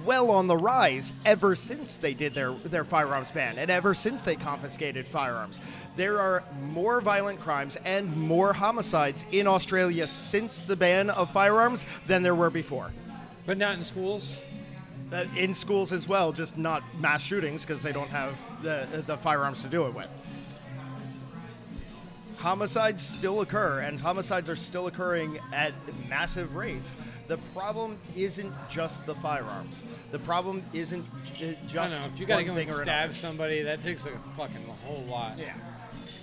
Speaker 7: well on the rise ever since they did their, their firearms ban and ever since they confiscated firearms. There are more violent crimes and more homicides in Australia since the ban of firearms than there were before.
Speaker 2: but not in schools.
Speaker 7: Uh, in schools as well, just not mass shootings because they don't have the, the firearms to do it with. Homicides still occur, and homicides are still occurring at massive rates. The problem isn't just the firearms. The problem isn't j-
Speaker 2: I
Speaker 7: just
Speaker 2: don't know. If you gotta
Speaker 7: one
Speaker 2: go and
Speaker 7: thing or another.
Speaker 2: stab somebody, that takes like a fucking whole lot.
Speaker 7: Yeah.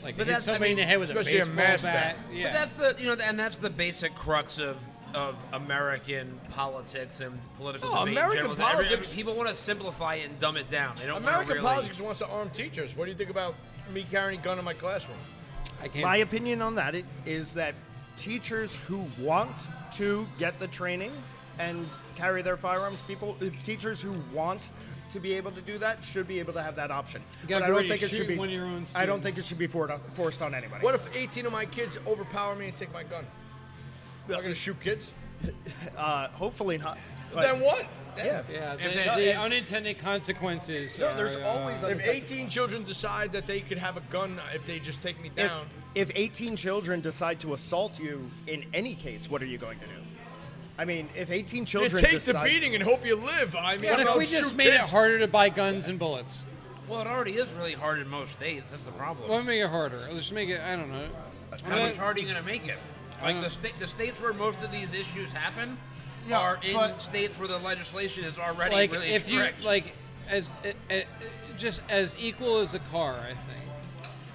Speaker 2: Like
Speaker 5: But
Speaker 2: hit
Speaker 5: that's- I
Speaker 2: somebody in the
Speaker 5: mean,
Speaker 2: head with a
Speaker 3: especially a
Speaker 2: baseball
Speaker 3: mass
Speaker 2: bat.
Speaker 3: stab.
Speaker 2: Yeah.
Speaker 5: But that's the you know, and that's the basic crux of of American politics and political
Speaker 3: Oh,
Speaker 5: debate. in
Speaker 3: American
Speaker 5: general, is that every-
Speaker 3: politics-
Speaker 5: people want to simplify it and dumb it down. They don't. wanna
Speaker 3: American
Speaker 5: really,
Speaker 3: politics wants to arm teachers. What do you think about me carrying a gun in my classroom?
Speaker 2: I can't.
Speaker 7: My opinion on that i- is that teachers who want to get the training and carry their firearms, people, uh, teachers who want to be able to do that should be able to have that option.
Speaker 2: gotta
Speaker 7: But I
Speaker 2: be
Speaker 7: don't
Speaker 2: ready to
Speaker 7: think it should
Speaker 2: shoot
Speaker 7: be.
Speaker 2: one of your own
Speaker 7: I don't
Speaker 2: students.
Speaker 7: think it should be for- forced on anybody.
Speaker 3: What if 18 of my kids overpower me and take my gun? They're going to shoot kids?
Speaker 7: Uh, hopefully not. But,
Speaker 3: Then what?
Speaker 7: yeah.
Speaker 2: Yeah, the,
Speaker 5: If they-
Speaker 2: the
Speaker 3: it's-
Speaker 2: unintended consequences.
Speaker 7: No, there's
Speaker 2: are, uh,
Speaker 7: always
Speaker 3: If
Speaker 7: unintended
Speaker 3: 18 children decide that they could have a gun if they just take me
Speaker 7: If,
Speaker 3: down,
Speaker 7: if 18 children decide to assault you in any case, what are you going to do? I mean, if 18
Speaker 3: you
Speaker 7: children
Speaker 3: take the
Speaker 7: decide,
Speaker 3: beating and hope you live. I mean,
Speaker 2: What if
Speaker 3: I'll
Speaker 2: we just
Speaker 3: shoot
Speaker 2: made it
Speaker 3: kids.
Speaker 2: harder to buy guns and bullets?
Speaker 5: Well, it already is really hard in most states. That's the problem.
Speaker 2: Let me make it harder. Let's make it. I don't know.
Speaker 5: How much harder are you going to make it? Like
Speaker 2: Uh,
Speaker 5: the state, the states where most of these issues happen
Speaker 6: Yeah,
Speaker 5: are in
Speaker 6: but-
Speaker 5: states where the legislation is already
Speaker 2: Like
Speaker 5: really
Speaker 2: if you
Speaker 5: strict.
Speaker 2: like, as it, it, just as equal as a car, I think.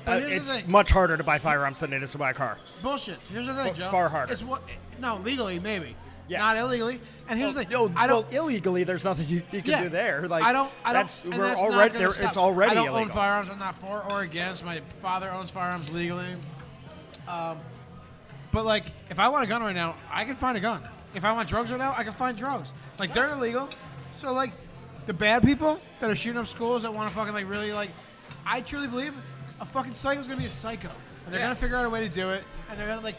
Speaker 7: uh,
Speaker 10: here's the
Speaker 7: it's
Speaker 10: thing.
Speaker 7: much harder to buy firearms than it is to buy a car.
Speaker 10: Bullshit. Here's the thing,
Speaker 7: F-
Speaker 10: Joe.
Speaker 7: far harder.
Speaker 10: It's what? No, legally maybe.
Speaker 7: Yeah. Oh,
Speaker 10: Not illegally. And here's the thing.
Speaker 7: Well,
Speaker 10: I don't.
Speaker 7: well, illegally. There's nothing you, you can
Speaker 10: yeah,
Speaker 7: do there. Like
Speaker 10: I don't. I don't.
Speaker 7: that's-
Speaker 10: and
Speaker 7: we're
Speaker 10: that's not
Speaker 7: already
Speaker 10: gonna
Speaker 7: there.
Speaker 10: stop.
Speaker 7: It's already
Speaker 10: I don't
Speaker 7: illegal.
Speaker 10: own firearms. I'm not for or against. My father owns firearms legally. Um, but like, if I want a gun right now, I can find a gun. If I want drugs right now, I can find drugs. Like they're illegal. So like, the bad people that are shooting up schools that want to fucking like really like, I truly believe a fucking psycho is gonna be a psycho, and they're
Speaker 5: Yeah.
Speaker 10: gonna figure out a way to do it, and they're gonna like,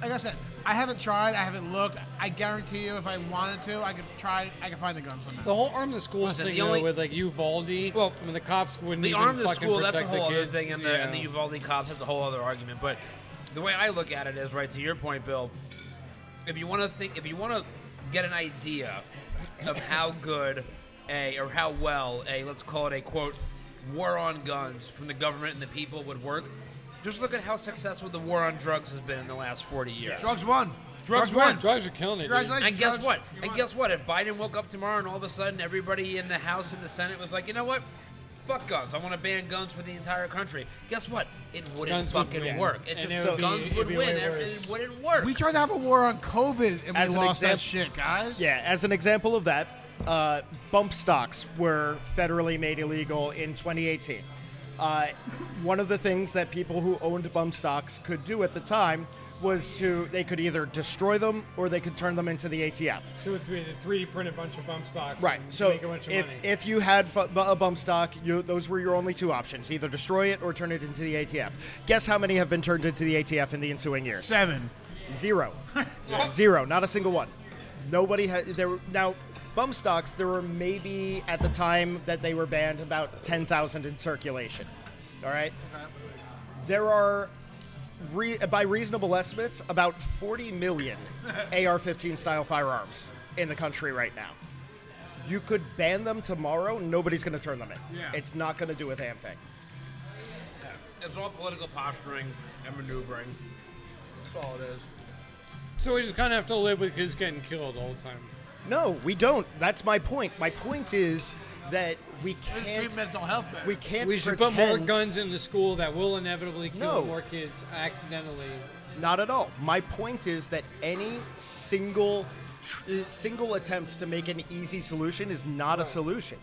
Speaker 10: like I said. I haven't tried. I haven't looked. I guarantee you, if I wanted to, I could try. I could find the gun somehow.
Speaker 2: The whole arm the schools
Speaker 5: Listen,
Speaker 2: thing
Speaker 5: the
Speaker 2: though,
Speaker 5: only-
Speaker 2: with like Uvalde,
Speaker 5: Well,
Speaker 2: I mean, the cops wouldn't
Speaker 5: the
Speaker 2: even
Speaker 5: armed
Speaker 2: fucking
Speaker 5: school that's a
Speaker 2: protect the
Speaker 5: whole other
Speaker 2: kids.
Speaker 5: thing and the,
Speaker 2: yeah.
Speaker 5: and the uvalde cops that's a whole other argument but the way i look at it is right to your point bill if you want to think if you want to get an idea of how good a or how well a let's call it a quote war on guns from the government and the people would work just look at how successful the war on drugs has been in the last 40 years
Speaker 10: Drugs won.
Speaker 5: Drugs won.
Speaker 2: drugs are killing it. dude.
Speaker 10: Congratulations.
Speaker 5: and guess
Speaker 10: drugs.
Speaker 5: what?
Speaker 10: You
Speaker 5: And
Speaker 10: won.
Speaker 5: guess what? If Biden woke up tomorrow and all of a sudden everybody in the House and the Senate was like, you know what? Fuck guns. I want to ban guns for the entire country. Guess what? It wouldn't
Speaker 2: Guns would
Speaker 5: fucking
Speaker 2: win.
Speaker 5: work. It
Speaker 2: And
Speaker 5: just
Speaker 2: it would be-
Speaker 5: guns
Speaker 2: it'd
Speaker 5: would
Speaker 2: be
Speaker 5: win.
Speaker 2: way
Speaker 5: It,
Speaker 2: worse.
Speaker 5: it wouldn't work.
Speaker 10: We tried to have a war on COVID and we
Speaker 7: As an
Speaker 10: lost
Speaker 7: examp-
Speaker 10: that shit, guys.
Speaker 7: Yeah, as an example of that, uh, bump stocks were federally made illegal in 2018. Uh, one of the things that people who owned bump stocks could do at the time was to they could either destroy them or they could turn them into the ATF.
Speaker 2: So it's we had to 3D print a bunch of bump stocks.
Speaker 7: Right.
Speaker 2: and
Speaker 7: So
Speaker 2: make a bunch of
Speaker 7: if,
Speaker 2: money.
Speaker 7: if you had fu- bu- a bump stock, you, those were your only two options: either destroy it or turn it into the ATF. Guess how many have been turned into the ATF in the ensuing years?
Speaker 10: Seven.
Speaker 7: Zero. Zero. Not a single one. Nobody had. There were now bump stocks. There were maybe at the time that they were banned about ten thousand in circulation. All right. There are. Re, by reasonable estimates, about 40 million AR-15 style firearms in the country right now. You could ban them tomorrow; nobody's going to turn them in.
Speaker 10: Yeah.
Speaker 7: It's not going to do a damn thing.
Speaker 5: it's all political posturing and maneuvering. That's all it is.
Speaker 2: so we just kind of have to live with kids getting killed all the time.
Speaker 7: No, we don't. That's my point. My point is that we
Speaker 10: Let's
Speaker 7: can't.
Speaker 10: treat mental health better.
Speaker 7: We can't
Speaker 2: We should
Speaker 7: pretend.
Speaker 2: put more guns in the school that will inevitably kill
Speaker 7: No.
Speaker 2: more kids accidentally.
Speaker 7: Not at all. My point is that any single tr- uh, single attempt to make an easy solution is not a solution.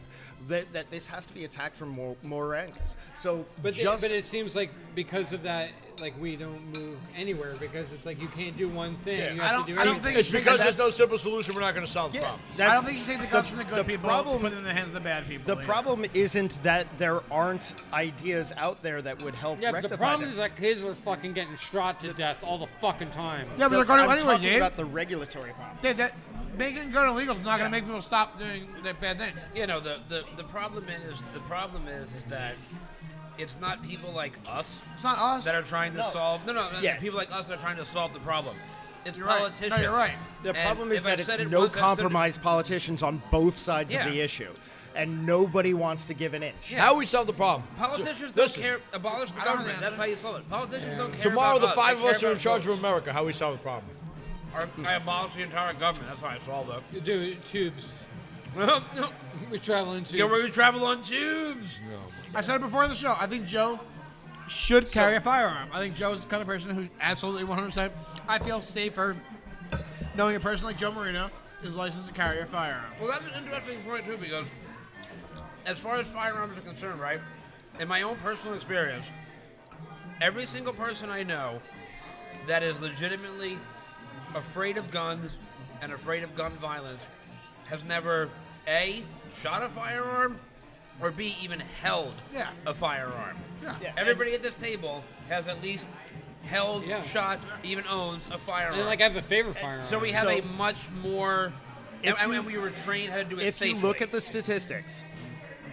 Speaker 7: That, that this has to be attacked from more, more angles. So
Speaker 2: But they-
Speaker 7: just
Speaker 2: but it seems like because of that, like we don't move anywhere because it's like you can't do one thing.
Speaker 3: Yeah.
Speaker 2: You
Speaker 10: I
Speaker 2: have
Speaker 10: don't.
Speaker 2: to do
Speaker 10: I don't
Speaker 2: everything.
Speaker 10: think
Speaker 3: It's
Speaker 10: you should
Speaker 3: because
Speaker 10: take
Speaker 3: there's no
Speaker 10: the-
Speaker 3: simple solution. We're not going to solve the
Speaker 7: yeah,
Speaker 3: problem.
Speaker 7: that's-
Speaker 10: I don't think you should take the guns from the good
Speaker 7: the
Speaker 10: people.
Speaker 7: problem-
Speaker 10: and put them in the hands of the bad people.
Speaker 7: the
Speaker 10: either.
Speaker 7: problem isn't that there aren't ideas out there that would help
Speaker 2: Yeah, but
Speaker 7: rectify
Speaker 2: the problem
Speaker 7: this.
Speaker 2: is that kids are fucking getting shot to death all the fucking time.
Speaker 10: Yeah, but they're going
Speaker 7: I'm
Speaker 10: to anyway,
Speaker 7: talking
Speaker 10: Dave.
Speaker 7: about the regulatory problem.
Speaker 10: Dave, that making gun illegal is not going to make people stop doing that bad thing.
Speaker 5: You know the, the the problem is the problem is is that it's not people like us
Speaker 10: It's not us.
Speaker 5: that are trying to
Speaker 7: No.
Speaker 5: solve. No, no, no,
Speaker 7: Yeah.
Speaker 5: people like us that are trying to solve the problem. It's
Speaker 10: You're right. No,
Speaker 5: politicians.
Speaker 10: you're right.
Speaker 7: The
Speaker 5: And
Speaker 7: problem
Speaker 5: if
Speaker 7: is
Speaker 5: I've
Speaker 7: that it's
Speaker 5: said it
Speaker 7: no
Speaker 5: once, I've said it-
Speaker 7: compromise politicians on both sides
Speaker 5: Yeah.
Speaker 7: of the issue, and nobody wants to give an inch.
Speaker 5: Yeah.
Speaker 3: How we solve the problem?
Speaker 5: Politicians
Speaker 3: So-
Speaker 5: don't
Speaker 3: listen,
Speaker 5: care. Abolish the
Speaker 10: don't know
Speaker 5: government.
Speaker 10: the
Speaker 5: That's how you solve it. Politicians don't care.
Speaker 3: Tomorrow,
Speaker 5: about
Speaker 3: the five
Speaker 5: They
Speaker 3: of us
Speaker 5: care
Speaker 3: are in
Speaker 5: about
Speaker 3: charge of
Speaker 5: votes.
Speaker 3: America. How we solve the problem?
Speaker 5: Or I abolish the entire government. That's how I solve it.
Speaker 2: You do tubes. We travel in tubes.
Speaker 5: Yeah, where we travel on tubes.
Speaker 10: I said it before in the show. I think Joe should carry a firearm. I think Joe is the kind of person who's absolutely 100%. I feel safer knowing a person like Joe Marino is licensed to carry a firearm.
Speaker 5: Well, that's an interesting point too, because as far as firearms are concerned, right? In my own personal experience, every single person I know that is legitimately afraid of guns and afraid of gun violence has never a shot a firearm or b even held
Speaker 10: Yeah.
Speaker 5: a firearm.
Speaker 10: Yeah.
Speaker 7: Yeah.
Speaker 5: Everybody at this table has at least held,
Speaker 2: Yeah.
Speaker 5: shot, even owns a firearm.
Speaker 2: And like I have a favorite firearm.
Speaker 5: so we have
Speaker 7: So-
Speaker 5: a much more. And,
Speaker 7: If
Speaker 5: and
Speaker 7: you-
Speaker 5: we were trained how to do it
Speaker 7: if
Speaker 5: safely.
Speaker 7: you look at the statistics,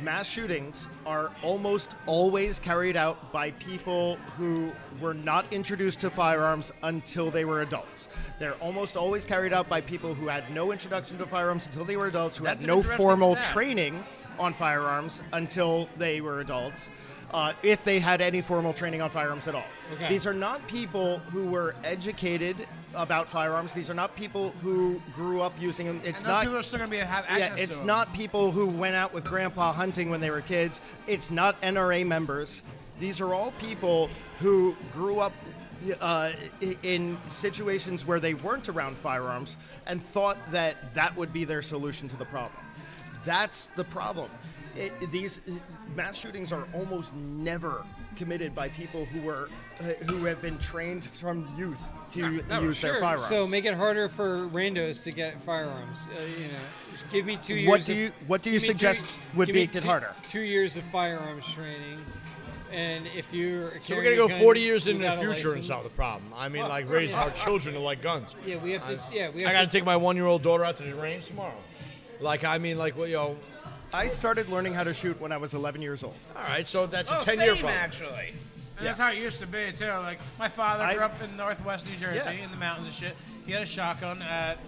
Speaker 7: mass shootings are almost always carried out by people who were not introduced to firearms until they were adults. They're almost always carried out by people who had no introduction to firearms until they were adults, who
Speaker 5: That's
Speaker 7: had
Speaker 5: an
Speaker 7: no
Speaker 5: interesting
Speaker 7: formal
Speaker 5: stat.
Speaker 7: training on firearms until they were adults, uh, if they had any formal training on firearms at all.
Speaker 2: Okay.
Speaker 7: These are not people who were educated about firearms. These are not people who grew up using them. It's
Speaker 10: those
Speaker 7: not
Speaker 10: people are still gonna be have access
Speaker 7: yeah, it's
Speaker 10: to 'em.
Speaker 7: not people who went out with grandpa hunting when they were kids. It's not NRA members. These are all people who grew up uh, i- in situations where they weren't around firearms and thought that that would be their solution to the problem. That's the problem. It, these uh, mass shootings are almost never committed by people who were uh, who have been trained from youth to use their
Speaker 2: Sure.
Speaker 7: firearms.
Speaker 2: So make it harder for randos to get firearms. Uh, you know, just give me two years.
Speaker 7: What do
Speaker 2: of-
Speaker 7: you- what do you
Speaker 2: give me two-
Speaker 7: suggest would
Speaker 2: give me
Speaker 7: make it
Speaker 2: two-
Speaker 7: harder?
Speaker 2: Two years of firearms training, and if you're
Speaker 3: So we're
Speaker 2: carrying
Speaker 3: gonna
Speaker 2: a
Speaker 3: go
Speaker 2: gun
Speaker 3: 40 years into the
Speaker 2: without a
Speaker 3: future and
Speaker 2: license-
Speaker 3: solve the problem. I mean, like raise our children to like guns.
Speaker 2: Yeah, we have to. Yeah, we have
Speaker 3: I gotta
Speaker 2: to.
Speaker 3: take my one-year-old daughter out to the range tomorrow. Like, I mean, like, well, yo, all
Speaker 7: I started learning how to shoot when I was 11 years old.
Speaker 3: right. So that's
Speaker 5: oh,
Speaker 3: a 10-year
Speaker 5: same,
Speaker 3: problem.
Speaker 5: actually.
Speaker 10: And That's how it used to be too. Like my father
Speaker 7: I-
Speaker 10: grew up in Northwest New Jersey
Speaker 7: Yeah.
Speaker 10: in the mountains and shit. He had a shotgun at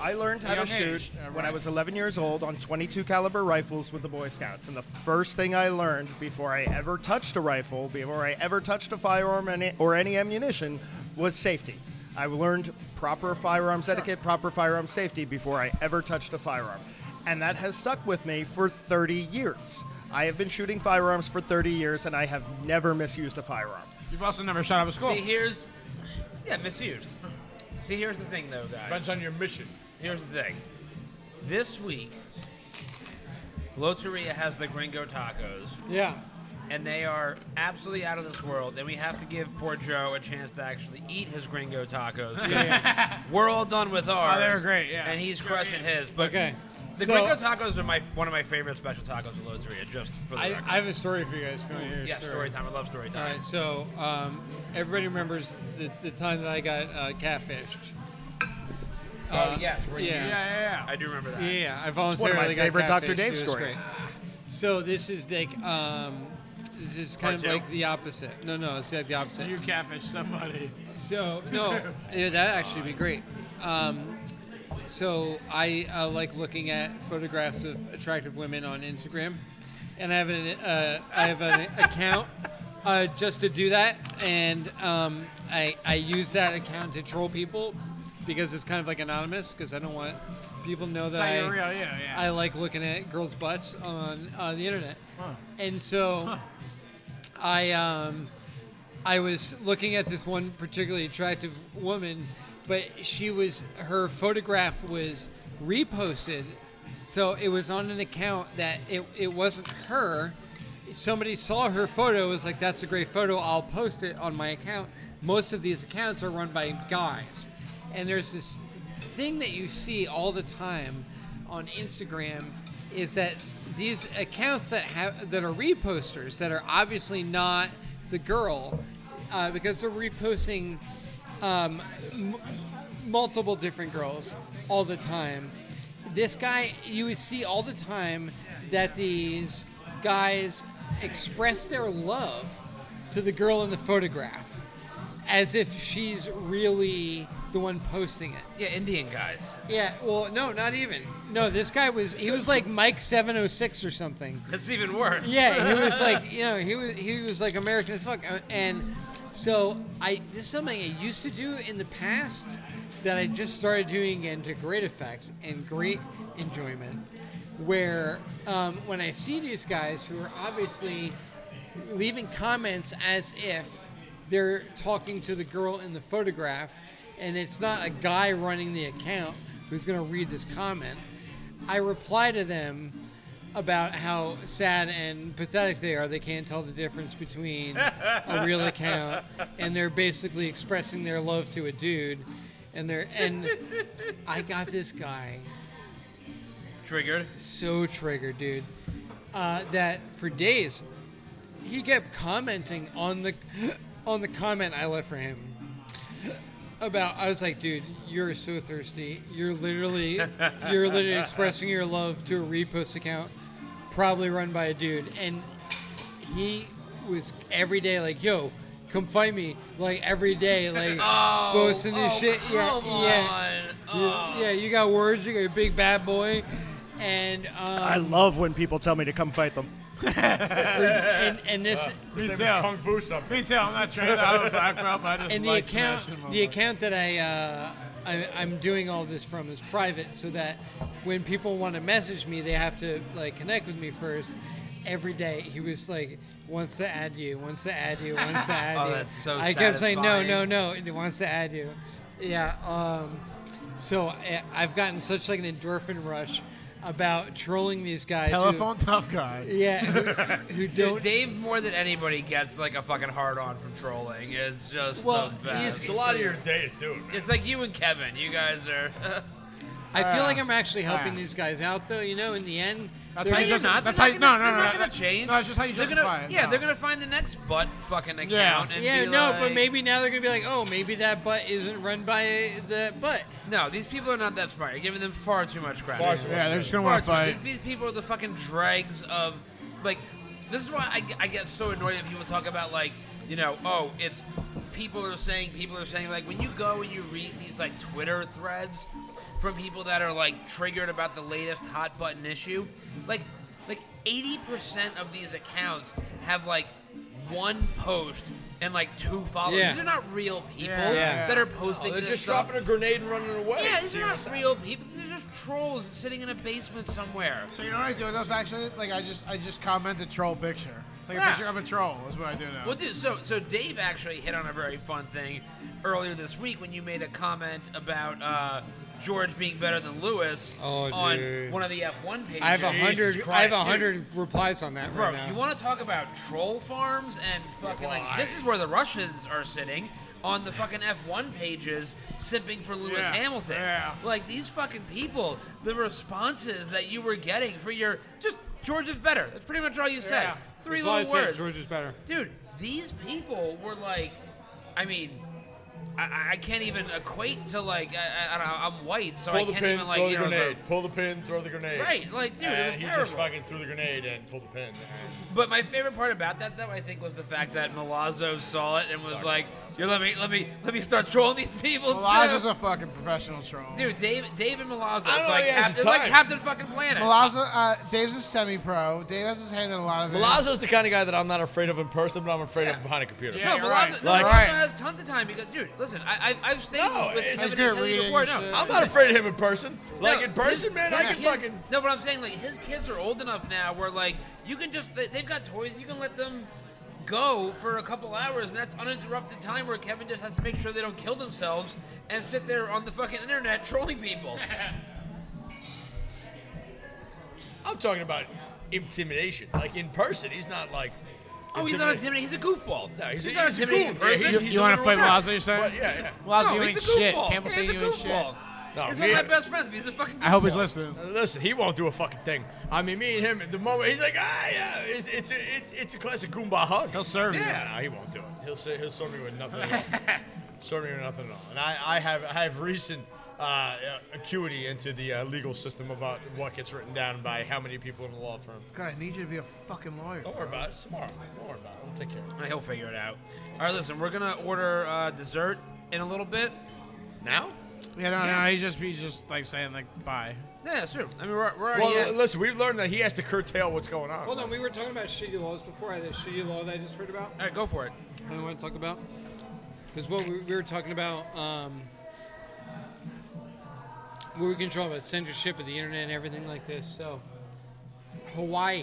Speaker 7: I learned how to
Speaker 10: Young
Speaker 7: shoot
Speaker 10: age, uh,
Speaker 7: when I
Speaker 10: right.
Speaker 7: was 11 years old on 22 caliber rifles with the Boy Scouts, and the first thing I learned before I ever touched a rifle, before I ever touched a firearm any, or any ammunition, was safety. I learned proper firearms etiquette, proper firearm safety before I ever touched a firearm, and that has stuck with me for 30 years. I have been shooting firearms for 30 years, and I have never misused a firearm.
Speaker 10: You've also never shot up a school.
Speaker 5: See, here's yeah, misused. See, here's the thing, though, guys.
Speaker 3: Depends on your mission.
Speaker 5: Here's the thing. This week, Loteria has the Gringo Tacos,
Speaker 2: Yeah.
Speaker 5: and they are absolutely out of this world. And we have to give poor Joe a chance to actually eat his Gringo Tacos. 'cause We're all done
Speaker 7: Oh,
Speaker 5: with ours.
Speaker 10: they were great, yeah.
Speaker 5: And he's crushing his. But
Speaker 2: Okay.
Speaker 5: the
Speaker 2: So-
Speaker 5: Gringo Tacos are my one of my favorite special tacos at Loteria. Just for the
Speaker 2: I,
Speaker 5: record.
Speaker 2: I have a story for you guys. If you want to hear a
Speaker 5: yeah, story time. I love story
Speaker 2: All
Speaker 5: time.
Speaker 2: right, so um, everybody remembers the, the time that I got uh, catfished.
Speaker 5: oh yes, we're
Speaker 2: yeah.
Speaker 5: you.
Speaker 10: yeah, yeah,
Speaker 5: I do remember that.
Speaker 2: Yeah, I
Speaker 7: one of
Speaker 2: voluntarily
Speaker 7: my
Speaker 2: got
Speaker 7: favorite Dr.
Speaker 2: catfished.
Speaker 7: Dave
Speaker 2: It was
Speaker 7: stories.
Speaker 2: great. So this is like um, this is kind
Speaker 5: Part
Speaker 2: of
Speaker 5: two?
Speaker 2: like the opposite. No, no, it's like the opposite.
Speaker 10: yeah. You catfish somebody.
Speaker 2: So no, yeah, that actually be great. Um, so I uh, like looking at photographs of attractive women on Instagram, and I have an uh, I have an account uh, just to do that, and um, I I use that account to troll people because it's kind of like anonymous because I don't want people to know that
Speaker 10: Not
Speaker 2: I
Speaker 10: your real, yeah, yeah.
Speaker 2: I like looking at girls' butts on uh, the internet, and so I um, I was looking at this one particularly attractive woman, but she was her photograph was reposted, so it was on an account that it it wasn't her. Somebody saw her photo, was like, "That's a great photo. I'll post it on my account." Most of these accounts are run by guys, and there's this thing that you see all the time on Instagram is that these accounts that have that are reposters that are obviously not the girl uh, because they're reposting um, m- multiple different girls all the time. This guy, you would see all the time that these guys express their love to the girl in the photograph as if she's really the one posting it.
Speaker 5: Yeah, Indian guys.
Speaker 2: Yeah, well, no, not even. No, this guy was he was like Mike 706 or something.
Speaker 5: That's even worse.
Speaker 2: Yeah, he was like, you know, he was he was like American as fuck. Uh, And so I this is something I used to do in the past that I just started doing again to great effect and great enjoyment. Where um, when I see these guys who are obviously leaving comments as if they're talking to the girl in the photograph, and it's not a guy running the account who's going to read this comment. I reply to them about how sad and pathetic they are. They can't tell the difference between a real account, and they're basically expressing their love to a dude. And they're and I got this guy
Speaker 5: Triggered.
Speaker 2: so triggered, dude, uh, that for days he kept commenting on the on the comment I left for him about I was like, dude, you're so thirsty. You're literally you're literally expressing your love to a repost account, probably run by a dude, and he was every day like, yo. Come fight me, like every day, like posting this
Speaker 5: oh,
Speaker 2: shit. yeah,
Speaker 5: come
Speaker 2: yeah,
Speaker 5: on.
Speaker 2: yeah, yeah. You got words. You got your big bad boy, and um,
Speaker 7: I love when people tell me to come fight them.
Speaker 2: and, and this
Speaker 3: Me
Speaker 6: too.
Speaker 3: Uh, Kung Fu something.
Speaker 6: Me too. I'm not trained. I don't black belt, but I just
Speaker 2: and the
Speaker 6: like
Speaker 2: account
Speaker 6: smashing them
Speaker 2: the
Speaker 6: over.
Speaker 2: account that I, uh, I I'm doing all this from is private, so that when people want to message me, they have to like connect with me first. Every day, he was like, "Wants to add you, wants to add you, wants to add
Speaker 5: Oh,
Speaker 2: you."
Speaker 5: that's so
Speaker 2: I kept saying, "No, no,
Speaker 5: satisfying."
Speaker 2: no," and he wants to add you. Yeah. Um, so I, I've gotten such like an endorphin rush about trolling these guys. who-
Speaker 6: Telephone tough guy.
Speaker 2: yeah. Who, who don't.
Speaker 5: Dude, Dave more than anybody gets like a fucking hard on from trolling. It's just
Speaker 2: Well,
Speaker 5: the best.
Speaker 2: he's-
Speaker 3: It's a lot of your day to do it, man.
Speaker 5: It's like you and Kevin. You guys are.
Speaker 2: I feel like I'm actually helping
Speaker 6: ah.
Speaker 2: these guys out, though. You know, in the end,
Speaker 6: That's
Speaker 2: they're
Speaker 6: how you
Speaker 2: just-
Speaker 6: just-
Speaker 5: not.
Speaker 6: that's
Speaker 5: they're
Speaker 6: how you-
Speaker 5: not
Speaker 6: no, no, no,
Speaker 5: gonna- They're not
Speaker 6: that-
Speaker 5: gonna change.
Speaker 6: no, it's just how you
Speaker 5: they're
Speaker 6: justify
Speaker 5: gonna,
Speaker 6: it,
Speaker 5: Yeah,
Speaker 6: no.
Speaker 5: they're gonna find the next butt fucking account and
Speaker 2: yeah,
Speaker 5: be
Speaker 2: no, but
Speaker 5: like-
Speaker 2: maybe now they're gonna be like, oh, maybe that butt isn't run by the butt.
Speaker 5: No, these people are not that smart. You're giving them far too much credit.
Speaker 3: Far too
Speaker 6: Yeah, they're just gonna
Speaker 5: Far
Speaker 6: want to
Speaker 5: too much.
Speaker 6: fight.
Speaker 5: These, these people are the fucking dregs of, like, this is why I, get- I get so annoyed when people talk about like, you know, oh, it's people are saying, people are saying, like when you go and you read these like Twitter threads from people that are like triggered about the latest hot button issue, like, like 80% of these accounts have like one post and like two followers.
Speaker 2: Yeah.
Speaker 5: These are not real people
Speaker 2: Yeah.
Speaker 5: that are posting
Speaker 3: They're
Speaker 5: this
Speaker 3: just
Speaker 5: stuff.
Speaker 3: dropping a grenade and running away.
Speaker 5: Yeah, these
Speaker 3: See
Speaker 5: are
Speaker 3: what's
Speaker 5: not
Speaker 3: up.
Speaker 5: real people. These are just trolls sitting in a basement somewhere.
Speaker 6: So you know what I do? That's actually like I just I just comment the troll picture, like
Speaker 5: Yeah.
Speaker 6: a picture of a troll is what I do now.
Speaker 5: Well, dude, so so Dave actually hit on a very fun thing earlier this week when you made a comment about uh, George being better than Lewis
Speaker 2: Oh,
Speaker 5: on
Speaker 2: dude.
Speaker 5: one of the F1 pages.
Speaker 2: I have a hundred. I have
Speaker 3: Christ,
Speaker 2: a
Speaker 3: dude.
Speaker 2: hundred replies on that
Speaker 5: Bro,
Speaker 2: right now.
Speaker 5: you want to talk about troll farms and fucking like this is where the Russians are sitting on the fucking F1 pages sipping for Lewis
Speaker 6: Yeah,
Speaker 5: Hamilton.
Speaker 6: yeah.
Speaker 5: Like these fucking people, the responses that you were getting for your just George is better. That's pretty much all you said.
Speaker 6: Yeah.
Speaker 5: Three
Speaker 2: That's why I
Speaker 5: little
Speaker 2: said
Speaker 5: words.
Speaker 2: George is better.
Speaker 5: Dude, these people were like, I mean, I, I can't even equate to like, I, I don't know, I'm white, so I
Speaker 3: Pull the
Speaker 5: can't
Speaker 3: pin,
Speaker 5: even like,
Speaker 3: throw the
Speaker 5: you know,
Speaker 3: grenade. Pull the pin, throw the grenade.
Speaker 5: right? Like, dude,
Speaker 3: and
Speaker 5: it was
Speaker 3: he
Speaker 5: terrible.
Speaker 3: just fucking threw the grenade and pulled the pin.
Speaker 5: But my favorite part about that, though, I think, was the fact that Milazzo saw it and was like, "Yo, let me, let me, let me start trolling these people too."
Speaker 6: Malaz is a fucking professional troll.
Speaker 5: Dude, Dave, Dave and Milazzo, it's
Speaker 3: I don't know
Speaker 5: like,
Speaker 3: he has
Speaker 5: Cap-
Speaker 3: the
Speaker 5: it's like
Speaker 3: time.
Speaker 5: Captain Fucking Planet.
Speaker 6: Malaza, uh, Dave's a semi-pro. Dave has his hand in a lot of things.
Speaker 3: Milazzo's the kind of guy that I'm not afraid of in person, but I'm afraid of behind a computer.
Speaker 6: Yeah,
Speaker 5: no,
Speaker 6: you're right.
Speaker 5: Milazzo, no,
Speaker 6: You're
Speaker 5: Milazzo
Speaker 6: right.
Speaker 5: has tons of time because, dude, listen, I, I, I've stayed
Speaker 3: No,
Speaker 5: with
Speaker 3: it's-
Speaker 5: Kevin
Speaker 6: He's
Speaker 5: and
Speaker 6: good at
Speaker 5: Kelly
Speaker 6: reading
Speaker 5: before.
Speaker 6: and
Speaker 5: No,
Speaker 6: shit.
Speaker 3: I'm not afraid of him in person. Like
Speaker 5: No,
Speaker 3: in person,
Speaker 5: his-
Speaker 3: man, I
Speaker 5: his
Speaker 3: can
Speaker 5: kids-
Speaker 3: fucking.
Speaker 5: No, but I'm saying like his kids are old enough now where like you can just they, they've got toys. You can let them go for a couple hours, and that's uninterrupted time where Kevin just has to make sure they don't kill themselves and sit there on the fucking internet trolling people.
Speaker 3: I'm talking about intimidation. Like in person, he's not like.
Speaker 5: oh, he's not intimidating. He's a goofball.
Speaker 3: No, he's,
Speaker 5: he's,
Speaker 3: he's,
Speaker 5: not
Speaker 3: he's a
Speaker 5: intimidating
Speaker 3: goon.
Speaker 5: person.
Speaker 3: Yeah, he's- he's
Speaker 6: You
Speaker 3: a
Speaker 6: wanna
Speaker 3: little
Speaker 6: play
Speaker 3: guy.
Speaker 6: Milazzo, you're saying?
Speaker 3: But, yeah, yeah.
Speaker 6: Milazzo,
Speaker 5: no,
Speaker 6: you
Speaker 5: he's
Speaker 6: ain't
Speaker 5: a
Speaker 6: shit.
Speaker 5: goofball.
Speaker 6: Campbell
Speaker 5: he's
Speaker 6: said
Speaker 5: a
Speaker 6: you ain't shit.
Speaker 5: goofball.
Speaker 3: No,
Speaker 5: he's one of
Speaker 3: yeah.
Speaker 5: my best friends. But he's a fucking. Goofball.
Speaker 6: I hope he's listening.
Speaker 3: Listen, he won't do a fucking thing. I mean, me and him at the moment, he's like, ah, yeah, it's it's a, it, it's a classic Goomba hug.
Speaker 6: He'll serve you.
Speaker 3: Yeah, no, he won't do it. He'll say, he'll serve me with nothing. at all. serve me with nothing at all. And I, I have I have recent uh, uh, acuity into the uh, legal system about what gets written down by how many people in the law firm.
Speaker 6: God, I need you to be a fucking lawyer.
Speaker 3: Don't worry about it. It's tomorrow. Don't worry about it. We'll take care. of it.
Speaker 5: He'll figure it out. All right, listen, we're gonna order uh, dessert in a little bit.
Speaker 3: Now?
Speaker 6: Yeah, no, no, he's just he's just like saying like bye.
Speaker 5: Yeah, sure. I mean, we're, we're already.
Speaker 3: Well, uh,
Speaker 5: at-
Speaker 3: l- listen, we've learned that he has to curtail what's going on.
Speaker 2: Hold on, we were talking about shitty laws before. I had a shitty law that I just heard about.
Speaker 5: All right, go for it.
Speaker 2: I want to talk about because what we, we were talking about. Um, we were controlling about censorship of the internet and everything like this. So, Hawaii,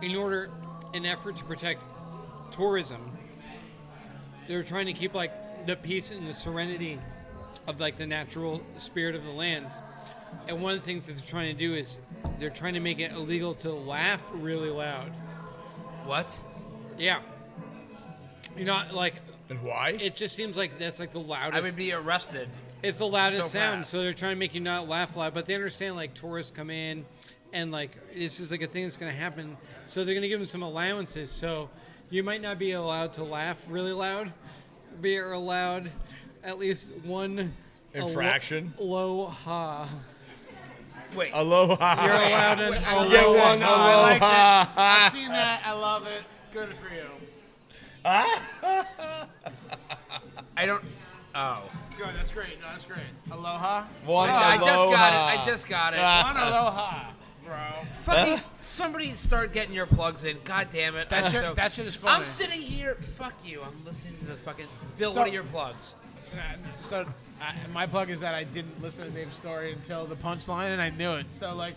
Speaker 2: in order, in effort to protect tourism, they're trying to keep like the peace and the serenity of like the natural spirit of the lands. And one of the things that they're trying to do is they're trying to make it illegal to laugh really loud.
Speaker 5: What?
Speaker 2: Yeah. You're not like
Speaker 3: And why?
Speaker 2: it just seems like that's like the loudest.
Speaker 5: I would be arrested.
Speaker 2: it's the loudest
Speaker 5: so
Speaker 2: sound,
Speaker 5: fast.
Speaker 2: so they're trying to make you not laugh loud. But they understand like tourists come in, and like this is like a thing that's going to happen, so they're going to give them some allowances. So You might not be allowed to laugh really loud, but you're allowed at least one alo-
Speaker 3: Infraction?
Speaker 2: Aloha.
Speaker 5: Wait.
Speaker 3: Aloha.
Speaker 2: You're allowed an
Speaker 3: Get
Speaker 2: aloha.
Speaker 3: one
Speaker 6: Oh,
Speaker 3: aloha.
Speaker 6: I've seen that. I love it. Good for you.
Speaker 5: I don't. Oh.
Speaker 6: Good. That's great. No, that's great. Aloha.
Speaker 3: One
Speaker 5: I, I just got it. I
Speaker 3: aloha.
Speaker 5: just got it.
Speaker 3: Uh,
Speaker 6: One aloha, bro.
Speaker 5: Fucking somebody start getting your plugs in. God damn it.
Speaker 6: That
Speaker 5: I'm
Speaker 6: shit-
Speaker 5: Uh, so-
Speaker 6: that shit is
Speaker 5: I'm
Speaker 6: funny.
Speaker 5: sitting here. Fuck you. I'm listening to the fucking Bill. what are your plugs?
Speaker 6: So I, my plug is that I didn't listen to Dave's story until the punchline, and I knew it. So like,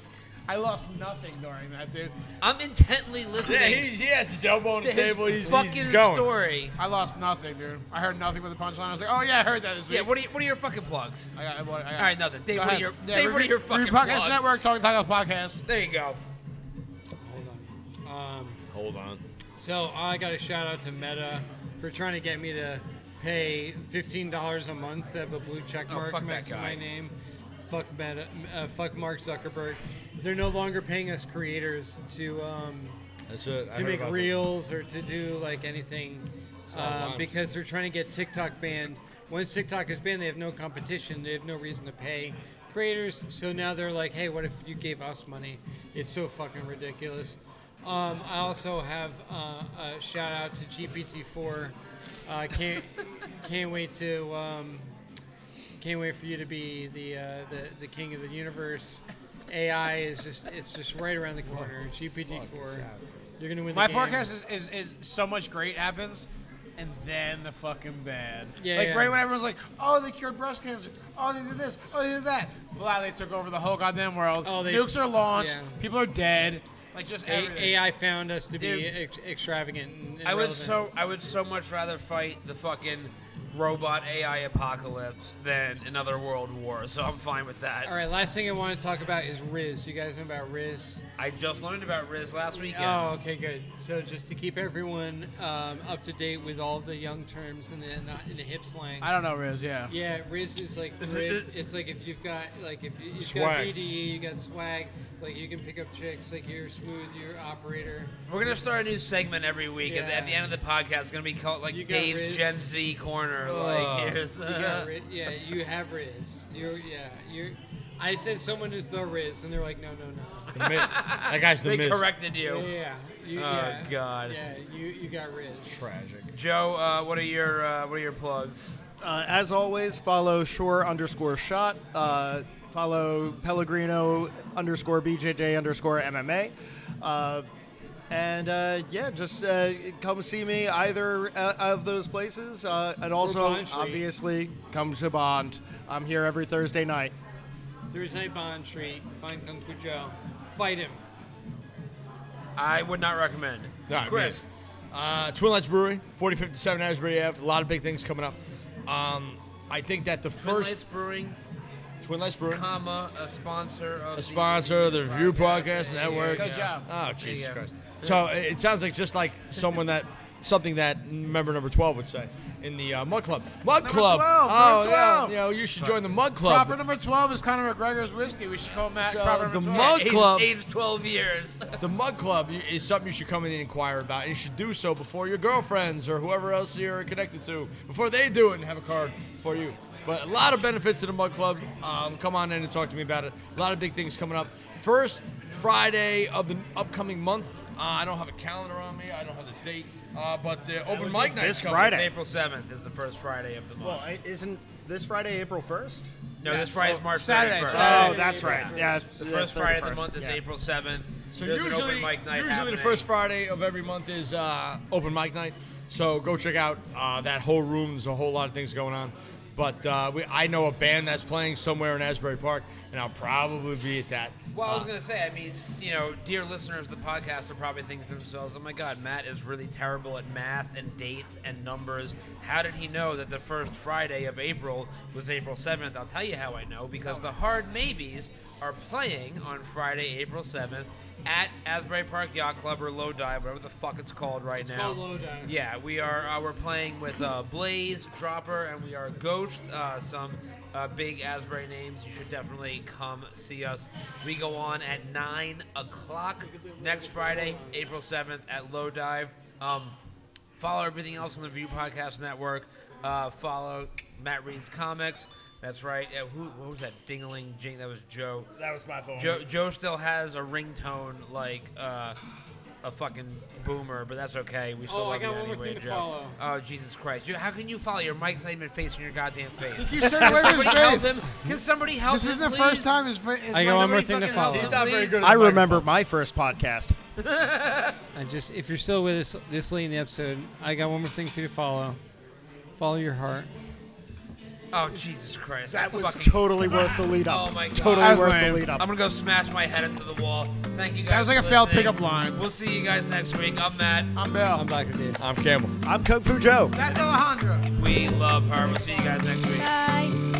Speaker 6: I lost nothing during that, dude.
Speaker 5: I'm intently
Speaker 3: Yeah,
Speaker 5: listening
Speaker 3: he's, yes, his elbow on
Speaker 5: to
Speaker 3: the
Speaker 5: his
Speaker 3: table. He's,
Speaker 5: fucking
Speaker 3: he's going.
Speaker 5: story.
Speaker 6: I lost nothing, dude. I heard nothing with the punchline. I was like, oh yeah, I heard that this week.
Speaker 5: Yeah. What are your, what are your fucking plugs?
Speaker 6: I got, I, got- I got-
Speaker 5: All right, nothing. Dave,
Speaker 6: Go
Speaker 5: what are
Speaker 6: ahead.
Speaker 5: your
Speaker 6: Yeah,
Speaker 5: Dave, what are
Speaker 6: Review-
Speaker 5: your fucking
Speaker 6: Review Podcast
Speaker 5: plugs?
Speaker 6: Network Talking Tacos Podcast.
Speaker 5: There you go.
Speaker 3: Hold on.
Speaker 2: So I got a shout out to Meta for trying to get me to pay fifteen dollars a month to have a blue check
Speaker 5: Oh,
Speaker 2: mark
Speaker 5: fuck that
Speaker 2: next to my
Speaker 5: guy.
Speaker 2: name. Fuck Meta. Uh, fuck Mark Zuckerberg. They're no longer paying us creators to um,
Speaker 3: That's it. I
Speaker 2: to
Speaker 3: heard
Speaker 2: make
Speaker 3: about
Speaker 2: reels or to do like anything uh,
Speaker 3: online.
Speaker 2: because they're trying to get TikTok banned. Once TikTok is banned, they have no competition. They have no reason to pay creators. So now they're like, hey, what if you gave us money? It's so fucking ridiculous. Um, I also have uh, a shout out to GPT-4. Uh, can't can't wait to um, can't wait for you to be the, uh, the the king of the universe. AI is just it's just right around the corner. GPT four, you're gonna win.
Speaker 10: My
Speaker 2: the game.
Speaker 10: forecast is, is, is so much great happens, and then the fucking bad.
Speaker 2: Yeah,
Speaker 10: like
Speaker 2: yeah.
Speaker 10: right when everyone's like, oh, they cured breast cancer. Oh, they did this. Oh, they did that. Blah, they took over the whole goddamn world.
Speaker 2: Oh, they-
Speaker 10: Nukes are launched.
Speaker 2: yeah.
Speaker 10: People are dead. Like just everything.
Speaker 2: A- AI found us to be
Speaker 5: Dude.
Speaker 2: ex- extravagant. And, and
Speaker 5: I would
Speaker 2: relevant.
Speaker 5: so I would so much rather fight the fucking robot AI apocalypse than another world war. So I'm fine with that.
Speaker 2: All right, last thing I want to talk about is Riz. You guys know about Riz?
Speaker 5: I just learned about Riz last weekend.
Speaker 2: Oh, okay, good. So just to keep everyone um, up to date with all the young terms and the, in the hip slang.
Speaker 10: I don't know, Riz. Yeah.
Speaker 2: Yeah, Riz is like
Speaker 5: Is it-
Speaker 2: rib. It's like if you've got like if you, you've
Speaker 3: Swag.
Speaker 2: got BDE, you got swag. Like you can pick up chicks. Like you're smooth. You're operator.
Speaker 5: We're gonna start a new segment every week. At, the, at the
Speaker 2: Yeah.
Speaker 5: end of the podcast, it's gonna be called like
Speaker 2: You got
Speaker 5: Dave's
Speaker 2: Riz.
Speaker 5: Gen Z Corner. like here's
Speaker 2: You got Riz. Yeah, you have Riz. You're yeah. You're. I said someone is the Riz, and they're like, no, no, no.
Speaker 3: The mi- that guy's the
Speaker 5: they
Speaker 3: miss.
Speaker 5: corrected you.
Speaker 2: Yeah, yeah. You,
Speaker 5: Oh,
Speaker 2: yeah.
Speaker 5: God.
Speaker 2: Yeah, you you got Riz.
Speaker 3: Tragic.
Speaker 5: Joe, uh, what are your uh, what are your plugs?
Speaker 7: Uh, as always, follow Shore underscore Shot. Uh, follow Pellegrino underscore BJJ underscore MMA. Uh, and uh, yeah, just uh, come see me either uh, of those places, uh, and also
Speaker 2: Bond Street.
Speaker 7: obviously come to Bond. I'm here every Thursday night.
Speaker 2: Thursday Bond Street. Find Kung Fu Joe. Fight him.
Speaker 5: I would not recommend.
Speaker 3: All right,
Speaker 5: Chris,
Speaker 3: man. Uh, Twin Lights Brewery, 4057 Asbury Ave. A lot of big things coming up. Um, I think that the
Speaker 5: Twin
Speaker 3: first
Speaker 5: Lights Brewing,
Speaker 3: Twin Lights Brewery,
Speaker 5: comma a sponsor of
Speaker 3: a sponsor of the Review Podcast Network.
Speaker 5: Good
Speaker 6: job.
Speaker 3: Oh, Jesus
Speaker 5: Yeah.
Speaker 3: Christ. So it it sounds like just like someone that something that member number 12 would say in the uh, Mug Club. Mug Club.
Speaker 10: 12,
Speaker 3: oh,
Speaker 10: number
Speaker 3: yeah.
Speaker 10: 12.
Speaker 3: You know, you should join the Mug Club.
Speaker 10: Proper number twelve is Conor McGregor's whiskey. We should call Matt
Speaker 3: So,
Speaker 10: proper
Speaker 3: the
Speaker 10: number twelve.
Speaker 3: Mug
Speaker 5: age,
Speaker 3: Club.
Speaker 5: age 12 years.
Speaker 3: The Mug Club y- is something you should come in and inquire about. And you should do so before your girlfriends or whoever else you're connected to, before they do it and have a card for you. But a lot of benefits to the Mug Club. Um, come on in and talk to me about it. A lot of big things coming up. First Friday of the upcoming month. Uh, I don't have a calendar on me. I don't have the date. Uh, but the open mic night
Speaker 7: this
Speaker 3: coming.
Speaker 7: Friday.
Speaker 5: It's April 7th is the first Friday of the month.
Speaker 7: Well, i- isn't this Friday April first?
Speaker 5: no, this Friday is March
Speaker 10: Saturday,
Speaker 5: 31st.
Speaker 10: Saturday.
Speaker 7: oh, that's right. Yeah,
Speaker 5: The first Friday of the month is April 7th.
Speaker 3: So
Speaker 5: There's an open
Speaker 3: usually,
Speaker 5: mic night
Speaker 3: usually
Speaker 5: happening.
Speaker 3: the first Friday of every month is uh, open mic night. So go check out uh, that whole room. There's a whole lot of things going on. But uh, we, I know a band that's playing somewhere in Asbury Park, and I'll probably be at that. Uh,
Speaker 5: Well, I was gonna say, I mean, you know, dear listeners, the podcast are probably thinking to themselves, "Oh my God, Matt is really terrible at math and dates and numbers. How did he know that the first Friday of April was April 7th?" I'll tell you how I know because the Hard Maybes are playing on Friday, April 7th, at Asbury Park Yacht Club or Low Dive, whatever the fuck it's called right now.
Speaker 2: called Low Dive.
Speaker 5: Yeah, we are. Uh, we're playing with uh, Blaze Dropper, and we are Ghost. Uh, some uh, big Asbury names. You should definitely come see us. We go on at nine o'clock next Friday, April seventh, at Low Dive. Um, Follow everything else on the Review Podcast Network. Uh, follow Matt Reed's comics. That's right. Uh, who, what was that dingling jing? That was Joe.
Speaker 7: That was my phone.
Speaker 5: Joe, Joe still has a ringtone like uh, a fucking boomer, but that's okay. We still
Speaker 2: Oh, I
Speaker 5: love
Speaker 2: got
Speaker 5: you
Speaker 2: one more
Speaker 5: anyway,
Speaker 2: thing to
Speaker 5: Joe.
Speaker 2: follow.
Speaker 5: Oh, Jesus Christ! You, how can you follow your mic's not even facing your goddamn face?
Speaker 6: Keep staring away from
Speaker 5: somebody
Speaker 6: his
Speaker 5: help
Speaker 6: face.
Speaker 5: him? Can somebody help
Speaker 6: This
Speaker 5: him?
Speaker 6: isn't the
Speaker 5: please?
Speaker 6: first time his face.
Speaker 2: I got one more
Speaker 5: Somebody
Speaker 2: thing to
Speaker 5: fucking help
Speaker 2: follow.
Speaker 5: him,
Speaker 3: He's not very
Speaker 5: please.
Speaker 3: good at
Speaker 7: I remember my first podcast.
Speaker 2: And just if you're still with us this late in the episode, I got one more thing for you to follow. Follow your heart.
Speaker 5: Oh, Jesus Christ!
Speaker 7: That was
Speaker 5: fucking-
Speaker 7: totally worth the lead up.
Speaker 5: Oh my God.
Speaker 7: Totally
Speaker 5: That
Speaker 6: was
Speaker 7: worth
Speaker 6: lame.
Speaker 7: the lead
Speaker 5: I'm
Speaker 7: up.
Speaker 5: gonna go smash my head into the wall. Thank you guys.
Speaker 6: was like
Speaker 5: for
Speaker 6: a failed
Speaker 5: listening.
Speaker 6: pickup line.
Speaker 5: We'll see you guys next week. I'm Matt.
Speaker 6: I'm Bill.
Speaker 2: I'm back with you.
Speaker 3: I'm Campbell.
Speaker 7: I'm Kung Fu Joe.
Speaker 6: That's Alejandro.
Speaker 5: We love her. We'll see you guys next week.
Speaker 8: Bye.